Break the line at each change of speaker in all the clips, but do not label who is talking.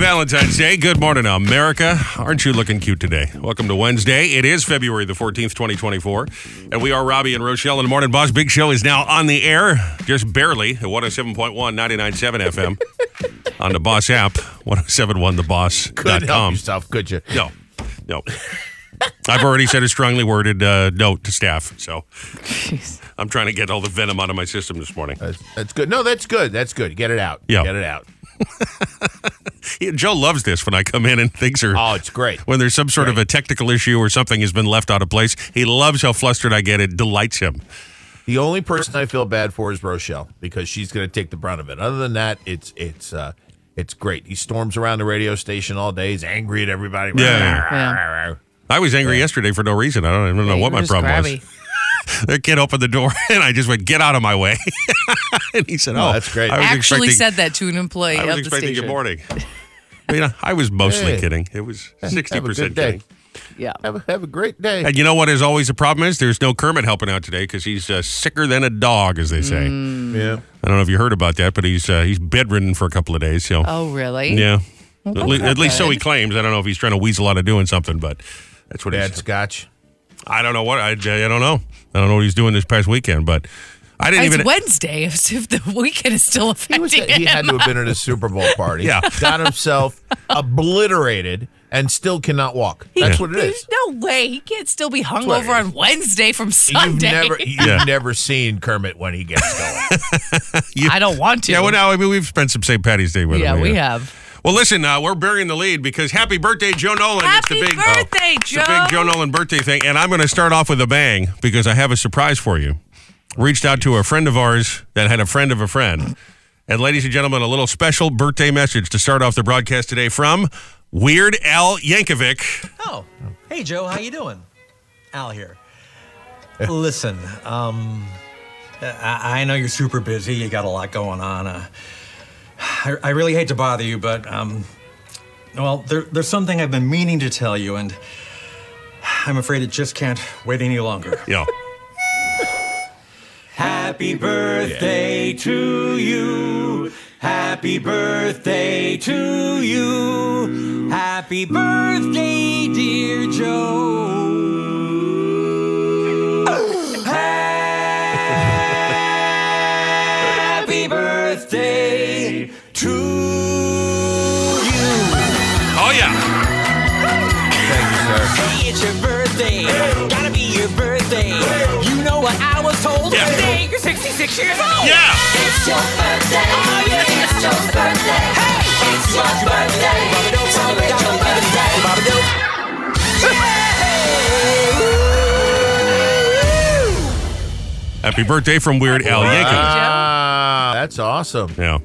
Valentine's Day. Good morning, America. Aren't you looking cute today? Welcome to Wednesday. It is February the 14th, 2024. And we are Robbie and Rochelle in the Morning Boss. Big Show is now on the air, just barely, at 107.1, 99.7 FM on the Boss app, 1071theboss.com.
Couldn't help yourself, could you?
No, no. I've already sent a strongly worded uh, note to staff, so I'm trying to get all the venom out of my system this morning.
That's, that's good. No, that's good. That's good. Get it out.
Yeah.
Get it out.
Yeah, Joe loves this when I come in and things are
Oh, it's great.
when there's some sort of a technical issue or something has been left out of place. He loves how flustered I get. It delights him.
The only person I feel bad for is Rochelle because she's going to take the brunt of it. Other than that, it's it's uh, it's great. He storms around the radio station all day. He's angry at everybody.
Yeah. I was angry yesterday for no reason. I don't, I don't know what my problem was. The kid opened the door and I just went, "Get out of my way!" and he said, "Oh,
Oh, that's great.
I was
Actually
expecting-
said that to an employee
I was
of the
expecting
station.
good morning. I mean, I was mostly
Hey.
kidding. It was sixty
Have a good
percent
day.
kidding.
Yeah.
Have a, have a great day.
And you know what is always the problem is there's no Kermit helping out today because he's uh, sicker than a dog, as they say.
Yeah.
I don't know if you heard about that, but he's uh, he's bedridden for a couple of days. So
Oh, really?
yeah, at,
that's
le-
not
at least so
bad.
he claims. I don't know if he's trying to weasel out of doing something, but that's what
Bad
he's.
scotch.
I don't know what I, I don't know. I don't know what he's doing this past weekend, but I didn't
It's
even.
Wednesday, as if the weekend is still
He,
affecting
was, he
him.
had to have been at a Super Bowl party.
Yeah.
Got himself obliterated and still cannot walk. That's what it is.
There's no way he can't still be
what it
hungover on Wednesday from
You've
Sunday.
never, you've
Yeah.
never seen Kermit when he gets going.
I don't want to.
yeah, well, now I mean we've spent some St. Patty's Day with
yeah,
him.
we have.
Well, listen, uh, we're burying the lead because happy birthday, Joe Nolan.
Happy birthday,
it's the big
Joe.
Joe Nolan birthday thing. And I'm going to start off with a bang because I have a surprise for you. Reached out to a friend of ours that had a friend of a friend. And ladies and gentlemen, a little special birthday message to start off the broadcast today from Weird Al Yankovic.
Oh, hey Joe, how you doing? Al here. Listen, um, I, I know you're super busy. You got a lot going on. Uh, I, I really hate to bother you, but um, well, there, there's something I've been meaning to tell you, and I'm afraid it just can't wait any longer.
Yeah.
Happy birthday to you. Happy birthday to you. Happy birthday, dear Joe. Happy birthday to you.
Oh, yeah.
Hey, it's your birthday. Gotta be your birthday. You know what I was told
Yeah.
today? You're 66 years old.
Yeah.
It's your birthday.
Oh, yeah.
It's your birthday. Hey, it's your birthday. Celebrate your birthday.
Happy birthday from Weird Al Yankovic.
Ah, that's awesome.
Yeah.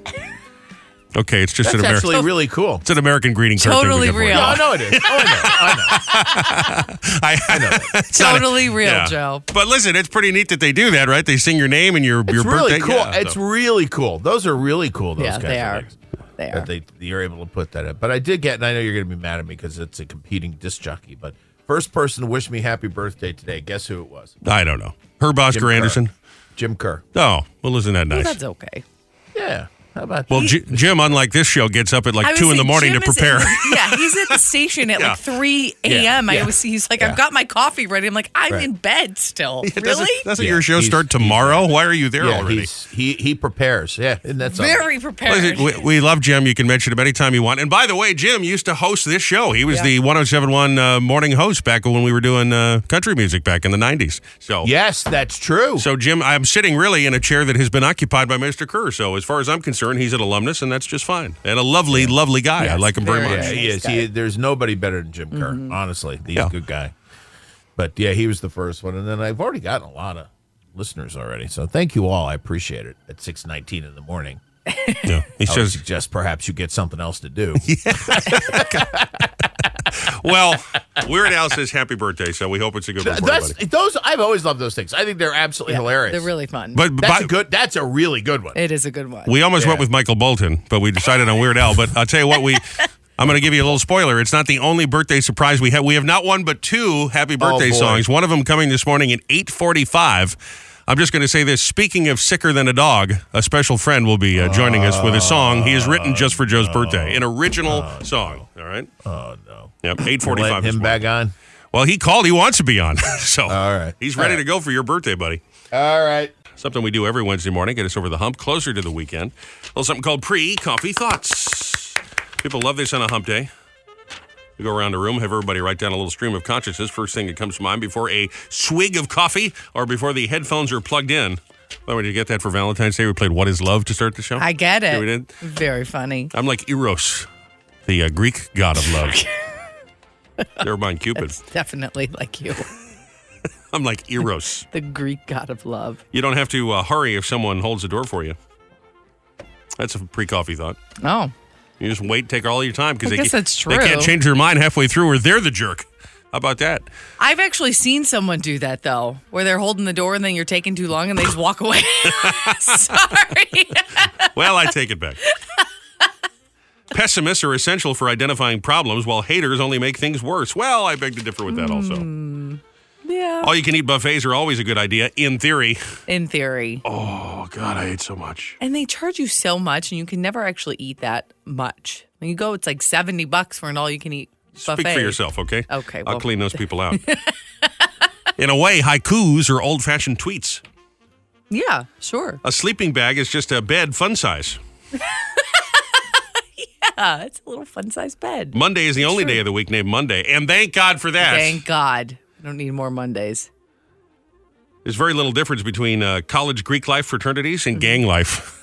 Okay, it's just
That's
an American.
actually really cool.
It's an American greeting card. thing we
Totally
get for you.
real.
Oh, I know it is. Oh, I know.
I, I know. It's not a-
Totally real, Joe.
But listen, it's pretty neat that they do that, right? They sing your name and your your
It's really
birthday.
cool.
Yeah,
it's
so-
really cool. Those are really cool. Those
Yeah,
kinds
they
of
are.
things.
They
That
are.
they you're able to put that in. But I did get, and I know you're going to be mad at me because it's a competing disc jockey. But first person to wish me happy birthday today, guess who it was?
I don't know. Herb Oscar
Kerr.
Anderson.
Jim Kerr.
Oh, well, isn't that
Well,
nice?
that's okay.
Yeah. How about
well, J- Jim, unlike this show, gets up at
I
like
would
two in
say
the morning
Jim
to
is in
prepare.
the- yeah, he's at the station at
Yeah.
like 3 a.m. I
Yeah.
always see he's like,
Yeah.
I've got my coffee ready. I'm like, I'm
Right.
in bed still.
Doesn't,
really?
doesn't
Yeah,
your show
he's-
start
he's-
tomorrow? Why are you there
yeah,
already?
he's, he he prepares. Yeah, and that's all.
Very prepared.
Listen, we, we love Jim. You can mention him anytime you want. And by the way, Jim used to host this show. He was the 1071 uh, morning host back when we were doing uh, country music back in the 90s. So,
Yes, that's true.
so Jim, I'm sitting really in a chair that has been occupied by Mr. Kerr. So, as far as I'm concerned, he's an alumnus, and that's just fine. And a lovely, lovely guy. I
Yes,
like him very,
very
much.
Yeah, he
Nice
is.
guy.
He, there's nobody better than Jim Kerr, honestly. He's
Yeah.
a good guy. But yeah, he was the first one. And then I've already gotten a lot of listeners already. So thank you all. I appreciate it. At 619 in the morning,
Yeah. He
I would
says,
suggest perhaps you get something else to do.
Well, Weird Al says happy birthday, so we hope it's a good one for
that's,
everybody.
those I've always loved those things. I think they're absolutely hilarious.
They're really fun.
But,
that's
but
a good that's a really good one.
it is a good one.
we almost went
Yeah.
with Michael Bolton, but we decided on Weird Al. But I'll tell you what, we. I'm going to give you a little spoiler. It's not the only birthday surprise we have. We have not one but two happy birthday
Oh, boy.
songs. One of them coming this morning at 8:45. I'm just going to say this. Speaking of Sicker Than a Dog, a special friend will be uh, joining us with a song he has written just for Joe's birthday, an original song. All right?
Oh no.
Yep,
Let
845. this
him
morning.
back on.
Well, he called. He wants to be on. so
All right.
he's
All
ready
right.
to go for your birthday, buddy.
All right.
Something we do every Wednesday morning, get us over the hump, closer to the weekend. A little something called pre coffee thoughts. People love this on a hump day. We go around the room, have everybody write down a little stream of consciousness. First thing that comes to mind before a swig of coffee or before the headphones are plugged in. By the way, did you get that for Valentine's Day? We played What is Love to start the show.
I get it.
Yeah, we did.
Very funny.
I'm like Eros, the uh, Greek god of love. Never mind Cupid.
Definitely like you,
I'm like Eros.
the Greek god of love.
You don't have to uh, hurry if someone holds the door for you. That's a pre coffee thought.
Oh,
You just wait, take all your time because
I
they,
guess
can't-
that's
they can't
true.
change their mind halfway through or they're the jerk. How about that?
I've actually seen someone do that though, where they're holding the door and then you're taking too long and they just walk away. Sorry.
Well, I take it back. Pessimists are essential for identifying problems, while haters only make things worse. Well, I beg to differ with that
Mm.
also.
Hmm. yeah.
All you can eat buffets are always a good idea, in theory.
In theory.
Oh, God, I ate so much.
And they charge you so much, and you can never actually eat that much. When you go, it's like seventy bucks for an all-you-can-eat buffet.
Speak for yourself, okay?
Okay,
I'll
well-
clean those people out. in a way, haikus are old fashioned tweets.
Yeah, sure.
A sleeping bag is just a bed fun size.
Yeah, it's a little fun-sized bed.
Monday is the only day of the week named Monday, and thank God for that.
Thank God. I don't need more Mondays.
There's very little difference between uh, college Greek life fraternities
Mm-hmm.
and gang life.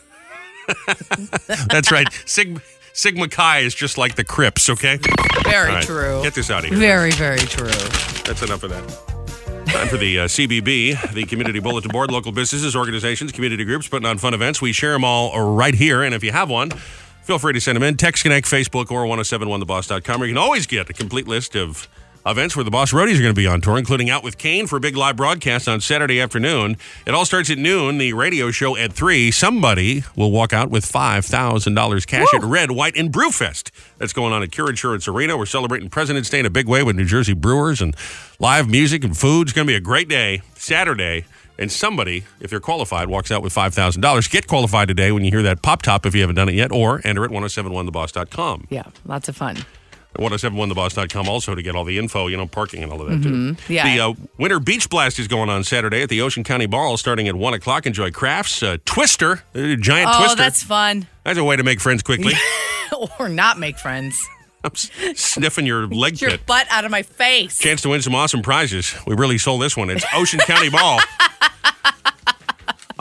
That's right. Sigma, Sigma Chi is just like the Crips, okay?
Very
All right,
true.
Get this out of here.
Very, very true.
That's enough of that. Time for the uh, CBB, the Community Bulletin Board. Local businesses, organizations, community groups putting on fun events. We share them all right here. And if you have one, feel free to send them in. Text Connect, Facebook, or 1071theboss.com. Or you can always get a complete list of events where the Boss Roadies are going to be on tour, including Out with Kane for a big live broadcast on Saturday afternoon. It all starts at noon, the radio show at 3. Somebody will walk out with $5,000 cash at Red, White, and Brewfest. That's going on at Cure Insurance Arena. We're celebrating President's Day in a big way with New Jersey brewers and live music and food. It's going to be a great day, Saturday. And somebody, if they're qualified, walks out with $5,000. Get qualified today when you hear that pop top if you haven't done it oh yet, or enter at 1071theboss.com.
Yeah, lots of fun.
1071theboss.com also to get all the info, you know, parking and all of that, too.
Mm-hmm. Yeah.
The uh, Winter Beach Blast is going on Saturday at the Ocean County Ball starting at 1 o'clock. Enjoy crafts, uh, Twister, uh, giant
Oh,
Twister.
that's fun.
That's a way to make friends quickly.
or not make friends.
I'm s- sniffing your leg
Get your
pit.
butt out of my face.
Chance to win some awesome prizes. We really sold this one. It's Ocean County Ball.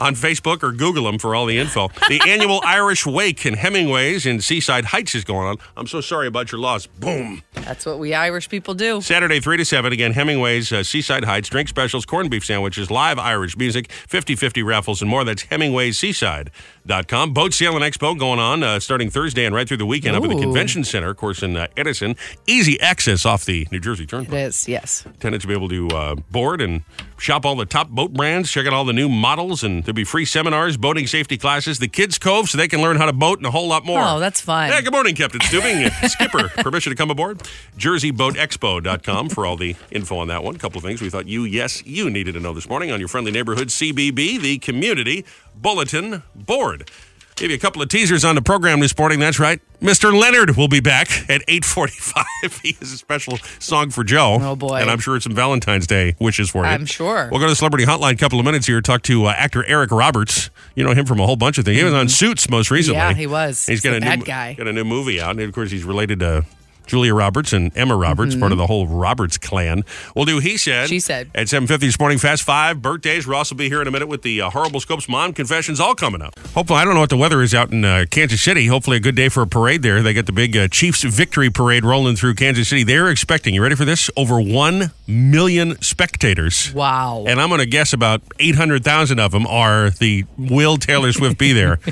On Facebook or Google them for all the info. The annual Irish Wake in Hemingways in Seaside Heights is going on. I'm so sorry about your loss. Boom.
That's what we Irish people do.
Saturday, 3 to 7. Again, Hemingway's uh, Seaside Heights, drink specials, corned beef sandwiches, live Irish music, 50 50 raffles, and more. That's HemingwaySeaside.com. Boat Sailing Expo going on uh, starting Thursday and right through the weekend up at the
Ooh.
Convention Center, of course, in uh, Edison. Easy access off the New Jersey Turnpike
It is, yes.
tenants will be able to uh, board and shop all the top boat brands, check out all the new models, and there'll be free seminars, boating safety classes, the kids' cove, so they can learn how to boat and a whole lot more.
Oh, that's fun.
Yeah, good morning, Captain Stubing. Skipper, permission to come aboard? JerseyBoatExpo.com for all the info on that one. couple of things we thought you, yes, you needed to know this morning on your friendly neighborhood CBB, the Community Bulletin Board. Give you a couple of teasers on the program this morning. That's right. Mr. Leonard will be back at 845. he has a special song for Joe.
Oh, boy.
And I'm sure it's some Valentine's Day wishes for you.
I'm sure.
We'll go to the Celebrity Hotline in a couple of minutes here. Talk to uh, actor Eric Roberts. You know him from a whole bunch of things. He was on Suits most recently.
Mm-hmm. Yeah, he was.
He's
He's
got
the
a new
bad
mo-
guy.
Got a new movie out, and of course he's related to. Julia Roberts and Emma Roberts, part of the whole Roberts clan. We'll do he said.
Mm-hmm. She Said.
At 7.50 this morning, Fast 5, birthdays. Ross will be here in a minute with the uh, Horrible Scopes Mom Confessions all coming up. Hopefully, I don't know what the weather is out in uh, Kansas City. Hopefully a good day for a parade there. They got the big uh, Chiefs victory parade rolling through Kansas City. They're expecting, you ready for this? Over 1 million spectators.
Wow.
And I'm going to guess about 800,000 of them are the will Taylor Swift be there.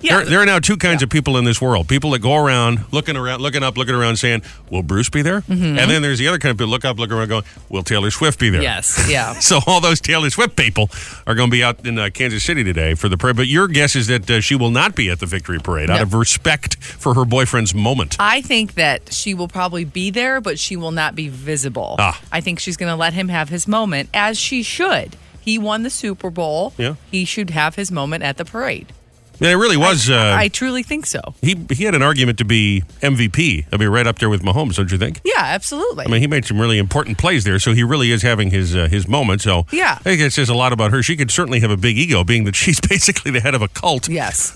Yeah.
There, there are now two kinds of people in this world. People that go around looking around, looking up, looking around, saying, "Will Bruce be there?"
Mm-hmm.
And then there's the other kind of people look up, look around, going, "Will Taylor Swift be there?"
yes, yeah.
So all those Taylor Swift people are going to be out in uh, Kansas City today for the parade. But your guess is that uh, she will not be at the victory parade out
No.
of respect for her boyfriend's moment.
I think that she will probably be there, but she will not be visible.
Ah.
I think she's going to let him have his moment, as she should. He won the Super Bowl.
Yeah.
He should have his moment at the parade.
Yeah, it really was. uh,
I truly think so.
he he had an argument to be MVP. I mean, right up there with Mahomes, don't you think?
Yeah, absolutely.
I mean, he made some really important plays there, so he really is having his uh, his moment. So
Yeah.
I think it says a lot about her. She could certainly have a big ego, being that she's basically the head of a cult.
Yes.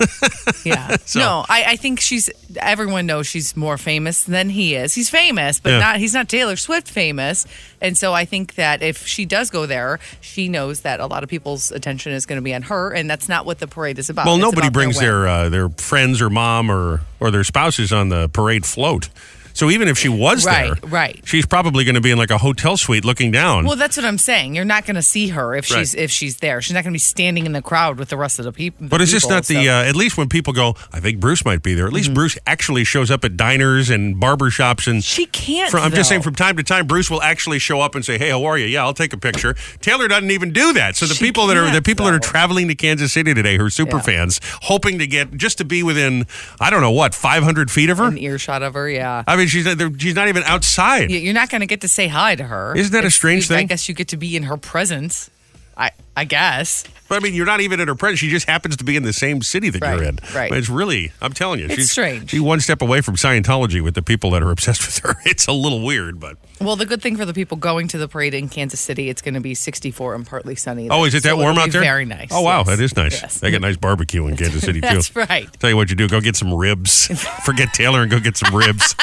Yeah. no, I, I think she's. Everyone knows she's more famous than he is. He's famous, but
Yeah.
not. He's not Taylor Swift famous, and so I think that if she does go there, she knows that a lot of people's attention is going to be on her, and that's not what the parade is about.
Well,
It's
nobody
about
brings
win.
their uh, their friends or mom or or their spouses on the parade float. So even if she was
Right,
there,
right.
she's probably going to be in like a hotel suite looking down.
Well, that's what I'm saying. You're not going to see her if
Right.
she's if she's there. She's not going to be standing in the crowd with the rest of the people. Mm-hmm.
But is this not the? Uh, at least when people go, I think Bruce might be there. At least Bruce actually shows up at diners and barber shops and.
she can't.
From, I'm just saying,
though.
from time to time, Bruce will actually show up and say, "Hey, how are you? Yeah, I'll take a picture." Taylor doesn't even do that. So the
She
people that are the
can't,
people that are
though.
traveling to Kansas City today, her super
Yeah.
fans, hoping to get just to be within, I don't know what, 500 feet of her.
an earshot of her. Yeah.
I mean, she's not, they're- she's not even outside.
Y- You're not going to get to say hi to her.
Isn't that a
It's-
strange
you- I
thing?
guess you get to be in her presence. I I guess
But I mean, you're not even in her presence. She just happens to be in the same city that you're
Right,
in.
right.
It's really, I'm telling you,
It's
she's
strange.
She's one step away from Scientology with the people that are obsessed with her. It's a little weird, but
Well, the good thing for the people going to the parade in Kansas City, it's going to be 64 and partly sunny.
oh, is it
So
that warm
it'll
out
be
there?
Very nice.
Oh wow,
yes.
that is nice.
Yes.
They got nice barbecue in Kansas City too.
That's right.
Tell you what you do, go get some ribs. Forget Taylor and go get some ribs.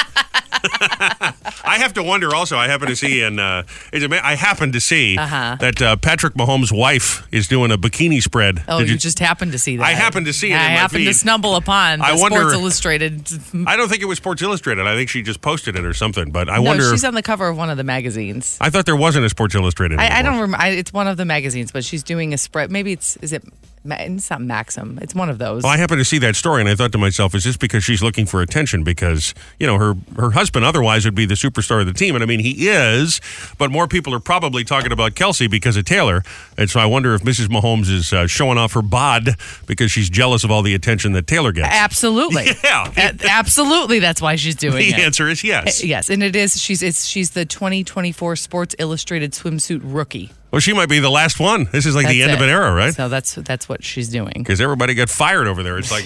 I have to wonder. Also, I happen to see, and uh, it's ama- I happen to see
Uh-huh.
that uh, Patrick Mahomes' wife is doing a bikini spread.
Oh,
Did
you, just happened to see that.
I happened to see it
I
in my
happened to
feed.
stumble upon the
I wonder-
Sports Illustrated.
I don't think it was Sports Illustrated. I think she just posted it or something. But I
No,
wonder.
she's on the cover of one of the magazines.
I thought there wasn't a Sports Illustrated.
I, I don't
anymore.
remember. I, it's one of the magazines, but she's doing a spread. Maybe it's is it? Ma- It's not Maxim. It's one of those.
Well, Oh, I happened to see that story, and I thought to myself, "Is this because she's looking for attention? Because you know her her husband otherwise would be the superstar of the team, and I mean he is, but more people are probably talking about Kelsey because of Taylor, and so I wonder if Mrs. Mahomes is uh, showing off her bod because she's jealous of all the attention that Taylor gets.
absolutely.
Yeah.
A- absolutely. That's why she's doing
the
it. Eh,
answer is yes.
Yes, and it is. She's it's she's the 2024 Sports Illustrated swimsuit rookie.
Well, she might be the last one. This is like the
That's
end of
it.
an era, right?
So that's that's what she's doing.
because everybody got fired over there. It's like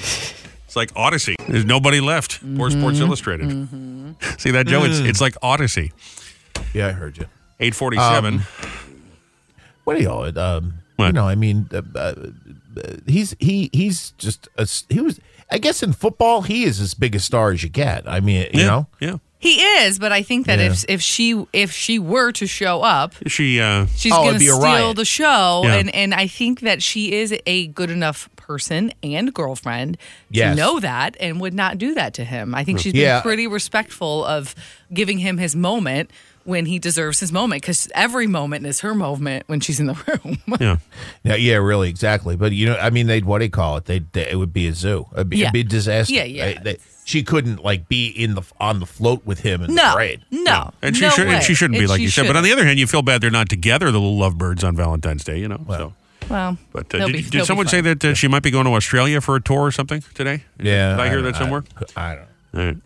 it's like Odyssey. There's nobody left. Or Sports
Mm-hmm.
Illustrated. See that, Joe? It's it's like Odyssey.
Yeah, I heard you.
Eight forty-seven.
Um, What do y'all? Um,
What?
You know, I mean, uh, uh, he's he he's just a, s- he was. I guess in football, he is as big a star as you get. I mean, you
yeah,
know,
yeah.
He is, but I think that
Yeah.
if if she if she were to show up,
She uh,
she's
Oh,
going
it'd
to
be a
steal
riot.
the show,
Yeah.
and and I think that she is a good enough person and girlfriend
Yes.
to know that and would not do that to him. I think she's
Yeah.
been pretty respectful of giving him his moment when he deserves his moment because every moment is her moment when she's in the room.
yeah.
yeah, yeah, really, exactly. But you know, I mean, they'd what do you call it? They'd, they it would be a zoo. It'd be,
Yeah.
it'd be a disaster.
Yeah, yeah.
They- they- she couldn't like be in the on the float with him in the
No,
parade.
no,
And she
no
should and
way.
she shouldn't be
And
like
she
you said. But on the
shouldn't.
other hand, you feel bad they're not together, the little lovebirds on Valentine's Day. You know. so.
well,
But uh,
they'll
did,
be-
did
they'll be
someone
fine.
say that uh, she might be going to Australia for a tour or something today?
Yeah,
Did I hear
don't-
that somewhere?
I, I don't.
All right.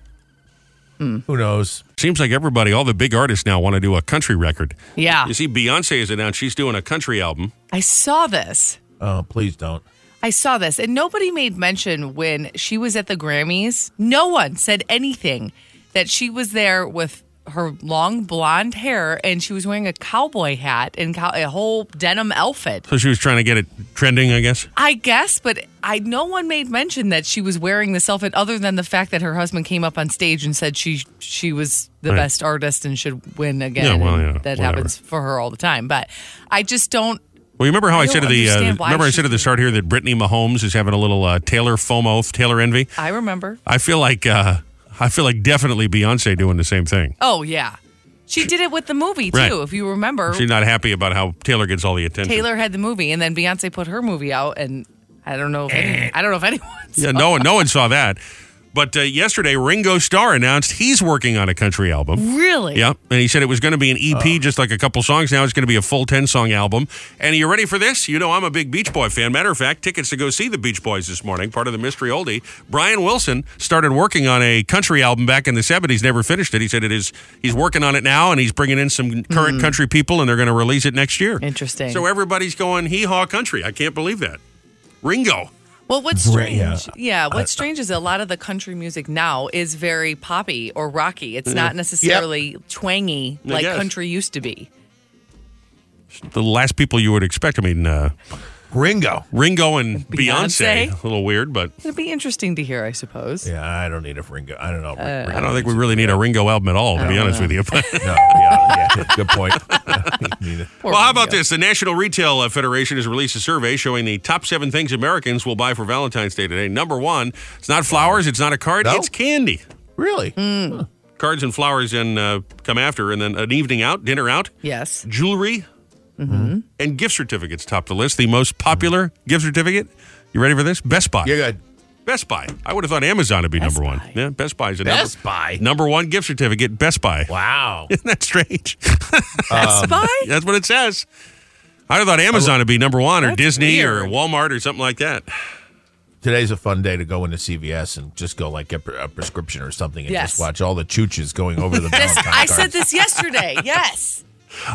know. Who knows?
Seems like everybody, all the big artists now want to do a country record.
Yeah.
You see, Beyonce has announced she's doing a country album.
I saw this.
Oh, please don't.
I saw this, and nobody made mention when she was at the Grammys. No one said anything that she was there with her long blonde hair and she was wearing a cowboy hat and cow- a whole denim outfit.
So she was trying to get it trending, I guess.
I guess, but I no one made mention that she was wearing this outfit other than the fact that her husband came up on stage and said she she was the
Right.
best artist and should win again.
Yeah, well,
and
yeah,
that
whatever.
happens for her all the time. But I just don't
Well, you remember how I,
I
said at
don't
the uh,
understand why
remember I said
she's
at the
doing
start here that Brittany Mahomes is having a little uh, Taylor FOMO, Taylor envy.
I remember.
I feel like uh, I feel like definitely Beyonce doing the same thing.
Oh yeah. She did it with the movie too,
Right.
if you remember.
She's not happy about how Taylor gets all the attention.
Taylor had the movie, and then Beyonce put her movie out, and I don't know. If any, I don't know if anyone.
yeah, no one, no one saw that. But uh, yesterday, Ringo Starr announced he's working on a country album.
Really? Oh.
Yep. And he said it was going to be an EP, just like a couple songs. Now it's going to be a full 10 song album. And are you ready for this? You know, I'm a big Beach Boy fan. Matter of fact, tickets to go see the Beach Boys this morning, part of the Mystery Oldie. Brian Wilson started working on a country album back in the 70s, never finished it. He said it is, he's working on it now and he's bringing in some current country people and they're going to release it next year.
Hmm. Interesting.
So everybody's going hee haw country. I can't believe that. Ringo.
Well, what's
Right,
strange?
yeah. Uh,
Yeah. what's strange is a lot of the country music now is very poppy or rocky.
Mm-hmm.
It's not necessarily twangy
I
like
guess.
country used to be.
The last people you would expect. I mean, uh,
Ringo.
Ringo and Beyonce.
Beyonce.
A little weird, but
It'd be interesting to hear, I suppose. Uh,
Yeah, I don't need a Ringo. I don't know.
I don't think we really need a Ringo album at all, to be honest with you. But
No, yeah, yeah, good point. Need it.
Poor
Well, how about
Ringo.
this? The National Retail uh, Federation has released a survey showing the top seven things Americans will buy for Valentine's Day today. Number one, it's not flowers, it's not a card,
No?
it's candy. Hmm.
really?
Cards and flowers and uh, come after, and then an evening out, dinner out,
Yes. Mm-hmm.
jewelry, and gift certificates top the list. The most popular gift certificate. You ready for this? Best Buy.
You're good.
Best Buy. I would have thought Amazon would be
Best
number one.
Buy.
Yeah, Best Buy is a
Best
number,
Buy.
number one gift certificate. Best Buy.
Wow.
Isn't that strange?
Best Buy?
That's what it says. I thought Amazon would be number one, or
That's
Disney, or
weird.
Walmart, or something like that.
Today's a fun day to go into CVS and just go like get a prescription or something and just
Yes.
watch all the chooches going over the.
This,
Valentine
I
cards.
said this yesterday. Yes.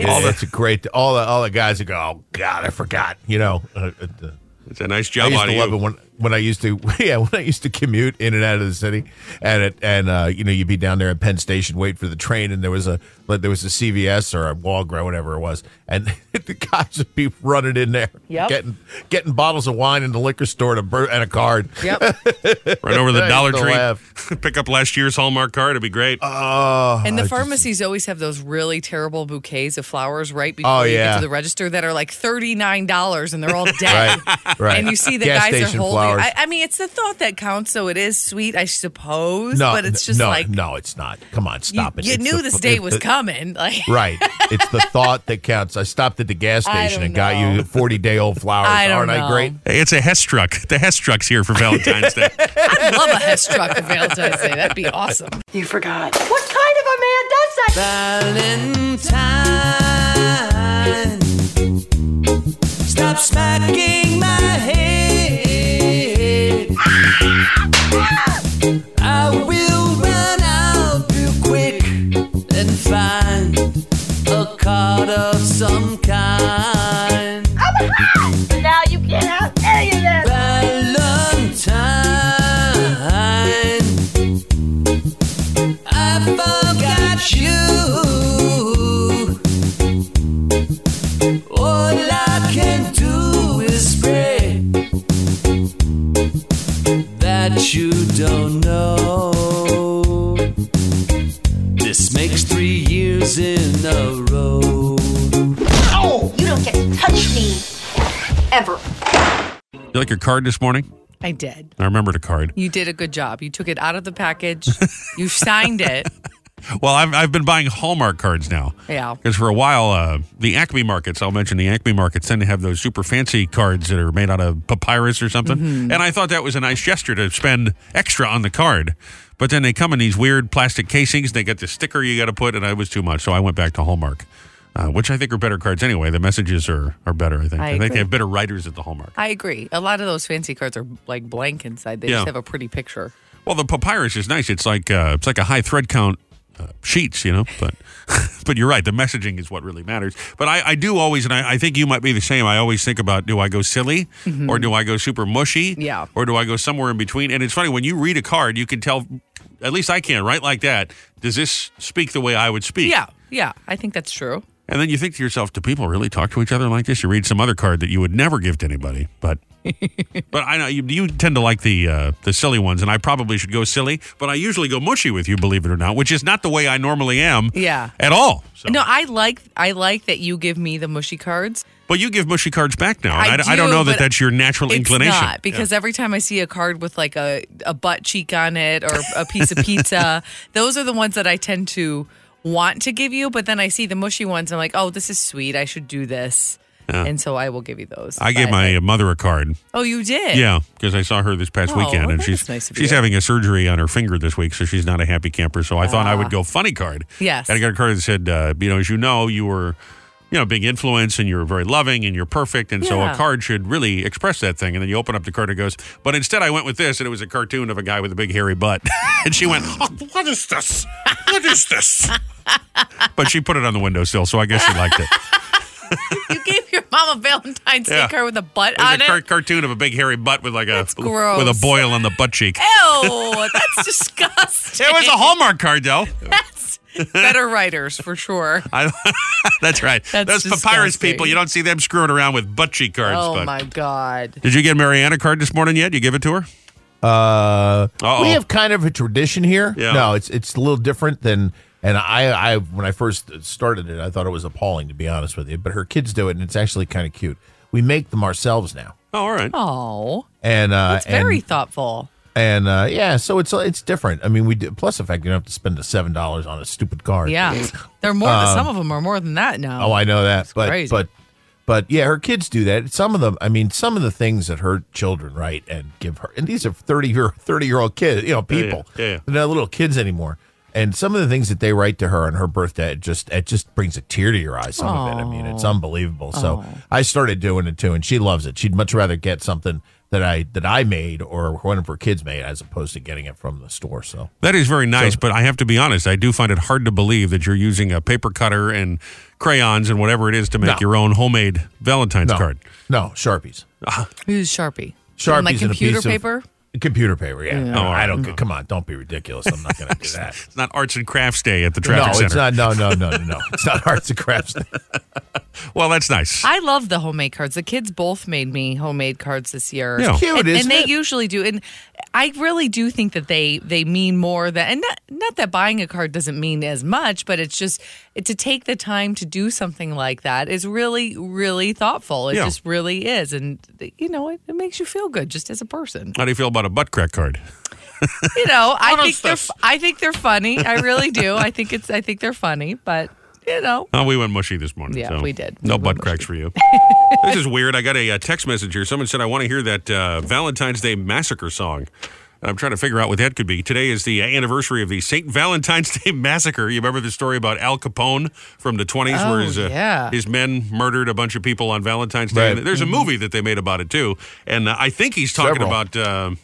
Oh, that's a great. All the all the guys that go, oh God, I forgot. You know, uh, uh, uh,
It's a nice
I
job
used
out
to
of
love
you.
it when when I used to yeah when I used to commute in and out of the city and it and uh, you know you'd be down there at Penn Station wait for the train and there was a like there was a CVS or a Walgreens whatever it was and the guys would be running in there
Yep.
getting getting bottles of wine in the liquor store and a, bur- and a card.
Yep.
Right over the
I
Dollar
used to
Tree.
laugh.
Pick up last year's Hallmark card. It'd be great.
And the pharmacies always have those really terrible bouquets of flowers right before
Oh,
you get
yeah.
to the register that are like $39 and they're all dead.
Right, right.
And you see the
Gas
guys are
station
holding.
flowers.
I, I mean, it's the thought that counts, so it is sweet, I suppose.
no,
but it's just
no,
like
no, it's not. Come on,
you,
stop it.
you
It's
knew
the-
this day
it's
was
the-
coming. Like,
Right. It's the thought that counts. I stopped at the gas
I
station
don't
and got you
know.
40 day old flowers.
I don't
Aren't I
know.
great?
hey, it's a Hess truck. The Hess truck's here for Valentine's Day.
I'd love a Hess truck for Valentine's Day. That'd be awesome.
You forgot.
What kind of a man does that?
Valentine. Stop smacking my head. I will run out real quick and find a card of some kind.
Now you can't have any of this.
Valentine, I forgot you. All I can do is pray that you don't know. This makes three years in a row.
Oh, you don't get to touch me. Ever.
you like your card this morning?
I did.
I remembered a card.
You did a good job. You took it out of the package, you signed it.
Well, I've, I've been buying Hallmark cards now.
Yeah.
Because for a while, uh, the Acme markets, I'll mention the Acme markets, tend to have those super fancy cards that are made out of papyrus or something.
Mm-hmm.
And I thought that was a nice gesture to spend extra on the card. But then they come in these weird plastic casings. They got the sticker you got to put, and it was too much. So I went back to Hallmark, uh, which I think are better cards anyway. The messages are, are better, I think.
I
think they
agree.
have better writers at the Hallmark.
I agree. A lot of those fancy cards are like blank inside, they
Yeah.
just have a pretty picture.
Well, the papyrus is nice. It's like uh, it's like a high thread count uh, sheets, you know. But but you're right. The messaging is what really matters. But I, I do always, and I, I think you might be the same. I always think about: do I go silly, or do I go super mushy,
Mm-hmm. Yeah.
or do I go somewhere in between? And it's funny when you read a card, you can tell. At least I can, right? Like that. Does this speak the way I would speak?
Yeah, yeah, I think that's true.
And then you think to yourself, do people really talk to each other like this? You read some other card that you would never give to anybody, but but I know you, you tend to like the uh, the silly ones, and I probably should go silly, but I usually go mushy with you, believe it or not, which is not the way I normally am.
Yeah.
at all. So.
No, I like I like that you give me the mushy cards.
but you give mushy cards back now, and I,
I
d- I don't
do,
know that
but
that's your natural inclination.
It's not because every time I see a card with like a, a butt cheek on it or a piece of pizza, those are the ones that I tend to want to give you. But then I see the mushy ones, I'm like, oh, this is sweet. I should do this. And so I will give you those.
I gave
But-
my mother a card.
Oh, you did?
Yeah, because I saw her this past
Oh,
weekend,
well,
and
that
she's
is nice of
she's
you.
having a surgery on her finger this week, so she's not a happy camper. So I thought I
Ah.
would go funny card.
Yes.
and I got a card that said, uh, you know, as you know, you were, you know, a big influence, and you're very loving, and you're perfect, and so a
Yeah.
card should really express that thing. And then you open up the card, and it goes, but instead I went with this, and it was a cartoon of a guy with a big hairy butt, and she went, oh, what is this? What is this? but she put it on the windowsill, so I guess she liked it.
You gave your mom a Valentine's Day
Yeah.
card with a butt
It was
on
a
it.
car- cartoon of a big hairy butt with like a
That's gross.
with a boil on the butt cheek.
Ew, that's disgusting.
It was a Hallmark card, though.
That's better writers for sure.
I, that's right.
That's
Those papyrus
disgusting.
people, you don't see them screwing around with butt cheek cards.
oh
but.
my god.
Did you get Marianne a card this morning yet? You give it to her?
Uh,
Uh-oh.
we have kind of a tradition here.
Yeah.
No, it's it's a little different than and I I when I first started it, I thought it was appalling to be honest with you. But her kids do it, and it's actually kind of cute. We make them ourselves now,
Oh, all right.
Oh,
and uh,
that's very
and,
thoughtful.
and uh, yeah, so it's it's different. I mean, we do, plus the fact you don't have to spend the seven dollars on a stupid card. Um,
Yeah, they're more. some of them are more than that now.
Uh, Oh, I know that. But
crazy.
but but yeah, her kids do that. Some of them, I mean, some of the things that her children write and give her, and these are thirty year thirty year old kids, you know, people.
yeah, yeah.
They're not little kids anymore. And some of the things that they write to her on her birthday, it just it just brings a tear to your eye. Some of it, I mean, it's unbelievable. So I started doing it too, and she loves it. She'd much rather get something that I that I made or one of her kids made, as opposed to getting it from the store. So
That is very nice, but I have to be honest. I do find it hard to believe that you're using a paper cutter and crayons and whatever it is to make
No.
your own homemade Valentine's
no,
card. Ah,
no sharpies.
Who's Sharpie?
Sharpies
like
and a
computer
piece of-
paper.
Computer paper, yeah. No,
all right.
I don't. Come on, don't be ridiculous. I'm not going to do that.
It's not Arts and Crafts Day at the
no,
Traffic Center.
it's not. No, no, no, no, no. It's not arts and crafts.
Well, that's nice.
I love the homemade cards. The kids both made me homemade cards this year.
Yeah.
Cute,
and,
isn't
and they
it?
usually do. And I really do think that they they mean more than and not, not that buying a card doesn't mean as much, but it's just it, to take the time to do something like that is really really thoughtful. It
Yeah.
just really is, and you know it, it makes you feel good just as a person.
How do you feel about a butt crack card?
You know, I
What
think
is
they're
this?
f- I think they're funny. I really do. I think it's I think they're funny, but you know.
Oh, we went mushy this morning.
Yeah,
so
we did.
No
We
butt
went
cracks for you. this is weird. I got a, uh text message here. Someone said, I want to hear that uh, Valentine's Day Massacre song. And I'm trying to figure out what that could be. Today is the anniversary of the St. Valentine's Day Massacre. You remember the story about Al Capone from the 20s where
Oh,
his, uh,
yeah. Mm-hmm.
his men murdered a bunch of people on Valentine's Day?
Right.
And there's a movie that they made about it, too. And uh, I think he's talking
Several.
about uh,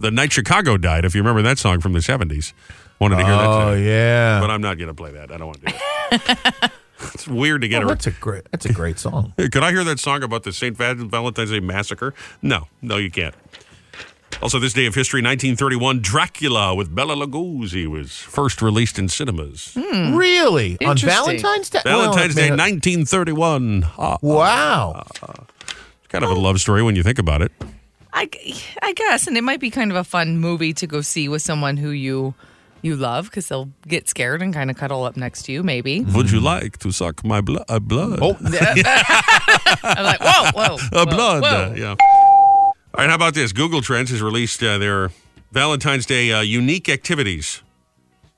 the night Chicago died, if you remember that song from the 70s. Wanted to hear that
Oh
today
yeah.
but I'm not going to play that. I don't want to do that. it's weird to get
Oh,
a.
that's a great. That's a great song.
Hey, Could I hear that song about the St. Valentine's Day massacre? No, no, you can't. Also, this day of history, 1931, Dracula with Bela Lugosi was first released in cinemas.
Really on
Hmm. Interesting.
Valentine's Day.
Valentine's
Oh,
Day,
man.
1931. Ah,
Wow.
kind of a love story when you think about it.
I, g- I guess, and it might be kind of a fun movie to go see with someone who you you love because they'll get scared and kind of cuddle up next to you. Maybe
Would you like to suck my blo- uh, blood?
Oh,
I'm like, whoa, whoa, whoa
uh, blood.
whoa.
uh, yeah. All right. How about this? Google Trends has released uh, their Valentine's Day uh, unique activities.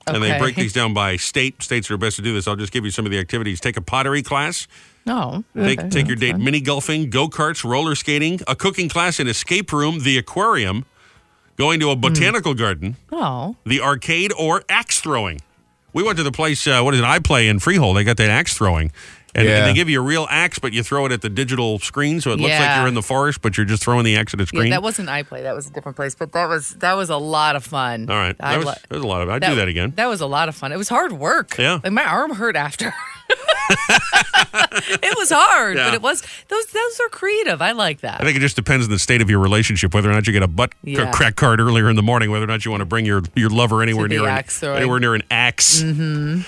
And they
Okay.
break these down by state. States are best to do this. I'll just give you some of the activities. Take a pottery class.
No,
Take,
okay.
take your date mini golfing, go karts, roller skating, a cooking class, an escape room, the aquarium, going
Hmm.
to a botanical garden,
Oh,
the arcade, or axe throwing. We went to the place, uh, what is it? I play in Freehold. They got that axe throwing. And, and
Yeah.
they give you a real axe, but you throw it at the digital screen, so it looks like
Yeah.
you're in the forest, but you're just throwing the axe at a
yeah,
screen.
that wasn't iPlay. That was a different place, but that was that was a lot of fun.
All right.
I
That was,
lo-
that was a lot of I'd do that again.
That was a lot of fun. It was hard work.
Yeah.
like my arm hurt after. it was hard,
Yeah.
but it was those those are creative. I like that.
I think it just depends on the state of your relationship, whether or not you get a butt c-
Yeah.
crack card earlier in the morning, whether or not you want to bring your, your lover anywhere
the
near an,
axe throwing.
anywhere near an ax
Mm-hmm.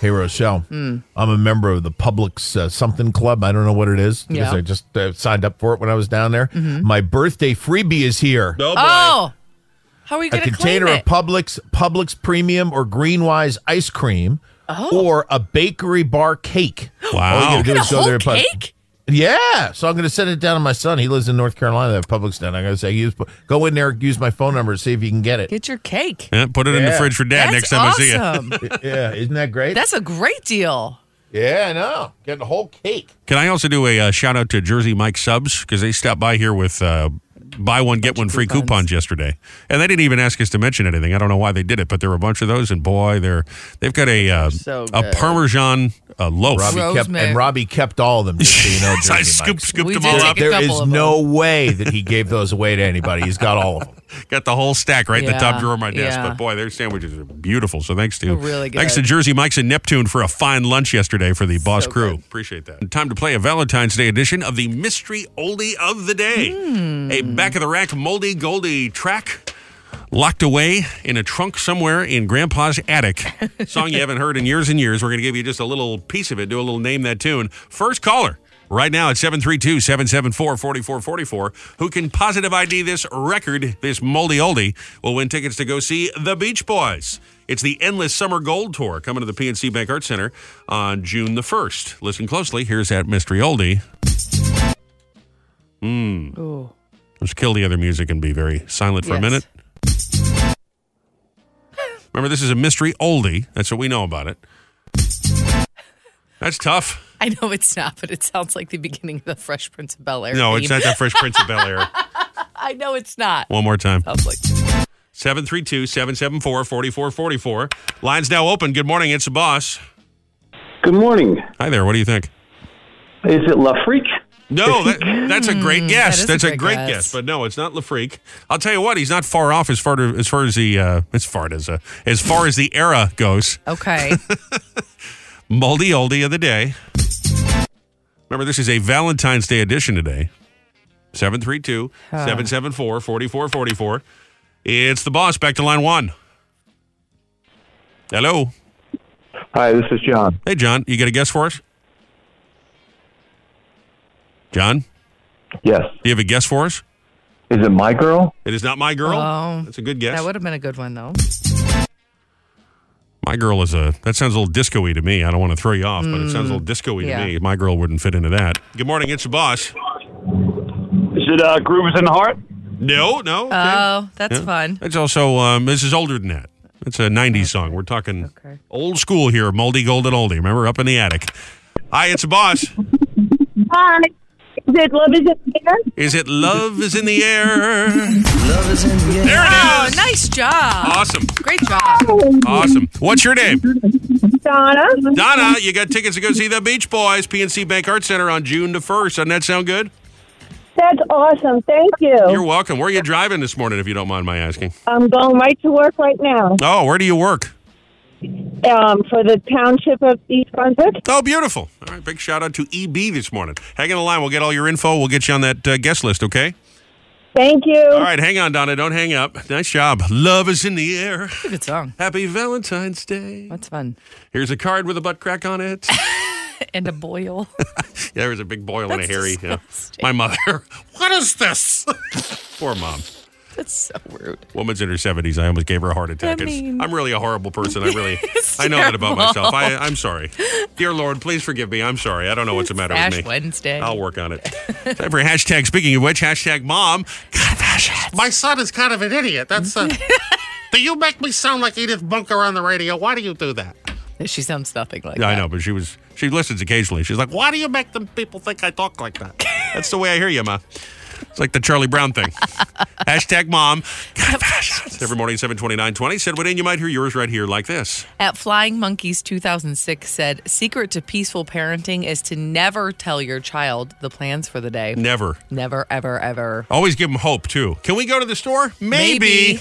hey Rochelle,
Hmm.
I'm a member of the Publix uh, something club. I don't know what it is because
Yeah. Mm-hmm.
I just uh, signed up for it when I was down there. My birthday freebie is here.
oh, how are you
a
going to claim
container
it?
of Publix, Publix Premium or Greenwise ice cream, or a bakery bar cake.
Wow.
All you gotta do
Get
is
Oh. a
go there
whole
and put-
cake?
Yeah, so I'm gonna send it down to my son. He lives in North Carolina. They have Publix down. I'm gonna say, use go in there, use my phone number, see if you can get it.
Get your cake.
Yeah, put it in the
Yeah.
fridge for dad
That's
next time I see you.
awesome.
yeah, isn't that great?
That's a great deal.
Yeah, I know. Getting a whole cake.
Can I also do a uh, shout out to Jersey Mike Subs because they stopped by here with uh, buy one get one free
coupons.
coupons yesterday, and they didn't even ask us to mention anything. I don't know why they did it, but there were a bunch of those, and boy, they're they've got a uh,
so
a
good.
parmesan uh, loaf.
Robbie kept,
Rosemary.
and Robbie kept all of them. Just so you know,
So I
Jersey
scoop,
Mike's.
scooped
We
them
did
all
take
up.
a
There
couple
is
of
no way that he gave those away to anybody. He's got all of them.
Got the whole stack right in the top
Yeah,
drawer of my desk.
yeah.
But boy, their sandwiches are beautiful. So thanks to
Really good.
thanks to Jersey Mike's and Neptune for a fine lunch yesterday for the boss crew. Appreciate that. Time to play a Valentine's Day edition of the Mystery Oldie of the Day. A
Hmm.
back of the rack moldy goldie track. Locked away in a trunk somewhere in Grandpa's attic. Song you haven't heard in years and years. We're going to give you just a little piece of it, do a little name that tune. First caller right now at 732 774 4444 who can positive ID this record, this moldy oldie, will win tickets to go see the Beach Boys. It's the Endless Summer Gold Tour coming to the PNC Bank Arts Center on June the 1st. Listen closely. Here's that mystery oldie.
Ooh.
Mm. Let's kill the other music and be very silent for a
Yes.
minute. Remember, this is a mystery oldie. That's what we know about it. That's tough.
I know it's not, but it sounds like the beginning of the Fresh Prince of Bel Air.
No, it's
theme.
not that Fresh Prince of Bel Air.
I know it's not.
One more time
I was like,
732 774 4444. Lines now open. Good morning. It's the boss.
Good morning.
Hi there. What do you think?
Is it La Freak?
No, that, that's a great guess.
is a
that's Mm, a
great
great guess.
guess.
but no, it's not Lafrique. I'll tell you what, he's not far off as far to, as far as the uh, as far as uh, as far as the era goes.
okay.
Moldy oldie of the day. Remember, this is a Valentine's Day edition today. 732 774 4444. It's the boss. Back to line one. Hello.
Hi, this is John.
Hey, John. You got a guess for us? John, do
Yes.
you have a guess for us?
Is it my girl?
It is not my girl.
Oh.
That's a good guess.
that would have been a good one, though.
My girl is a. That sounds a little disco-y to me. I don't want to throw you off, but it sounds a little disco-y
Mm, yeah.
to me. My girl wouldn't fit into that. Good morning, it's your boss.
Is it uh, Grooves in the Heart?
No, no. okay.
Oh, that's
Yeah.
fun.
It's also um, this is older than that. It's a '90s song. We're talking old school here, Moldy Golden Oldie. Remember, up in the attic. Hi, it's a boss.
Hi. Is it Love Is in the Air?
Is it love is in the air?
Love is in the air.
There
Oh,
it is.
nice job.
Awesome,
Great job.
awesome. What's your name?
Donna?
Donna, you got tickets to go see the Beach Boys, PNC Bank Arts Center on June the first. Doesn't that sound good?
That's awesome. Thank you.
Oh.
You're welcome. Where are you driving this morning, if you don't mind my asking?
I'm going right to work right now
Oh, where do you work?
um, for the township of East Brunswick.
Oh, beautiful. All right, big shout out to EB this morning. Hang on the line. We'll get all your info. We'll get you on that uh, guest list, okay?
Thank you.
All right, hang on, Donna. Don't hang up. Nice job. Love is in the air.
It's a good song.
Happy Valentine's Day.
That's fun.
Here's a card with a butt crack on it.
And a boil.
Yeah, there was a big boil and a
That's
hairy. yeah.
disgusting.
My mother. What is this? Poor mom.
that's so rude.
Woman's in her 70s. I almost gave her a heart attack.
I
It's-
mean-
I'm really a horrible person. I really,
It's
I know that about
terrible.
myself. I, I'm sorry. Dear Lord, please forgive me. I'm sorry. I don't know what's the matter
Ash
with me.
Wednesday.
I'll work on it. Time for hashtag. Speaking of which, hashtag mom.
My son is kind of an idiot. That's uh Do you make me sound like Edith Bunker on the radio? Why do you do that?
She sounds nothing like
Yeah, I
that.
know, but she was she listens occasionally. She's like,
Why do you make them people think I talk like that?
That's the way I hear you, Ma. It's like the Charlie Brown thing. Hashtag mom. Every morning, 72920. Said what in you might hear yours right here like this.
At Flying Monkeys 2006 said, Secret to peaceful parenting is to never tell your child the plans for the day.
Never.
Never, ever, ever.
Always give them hope, too. Can we go to the store? Maybe.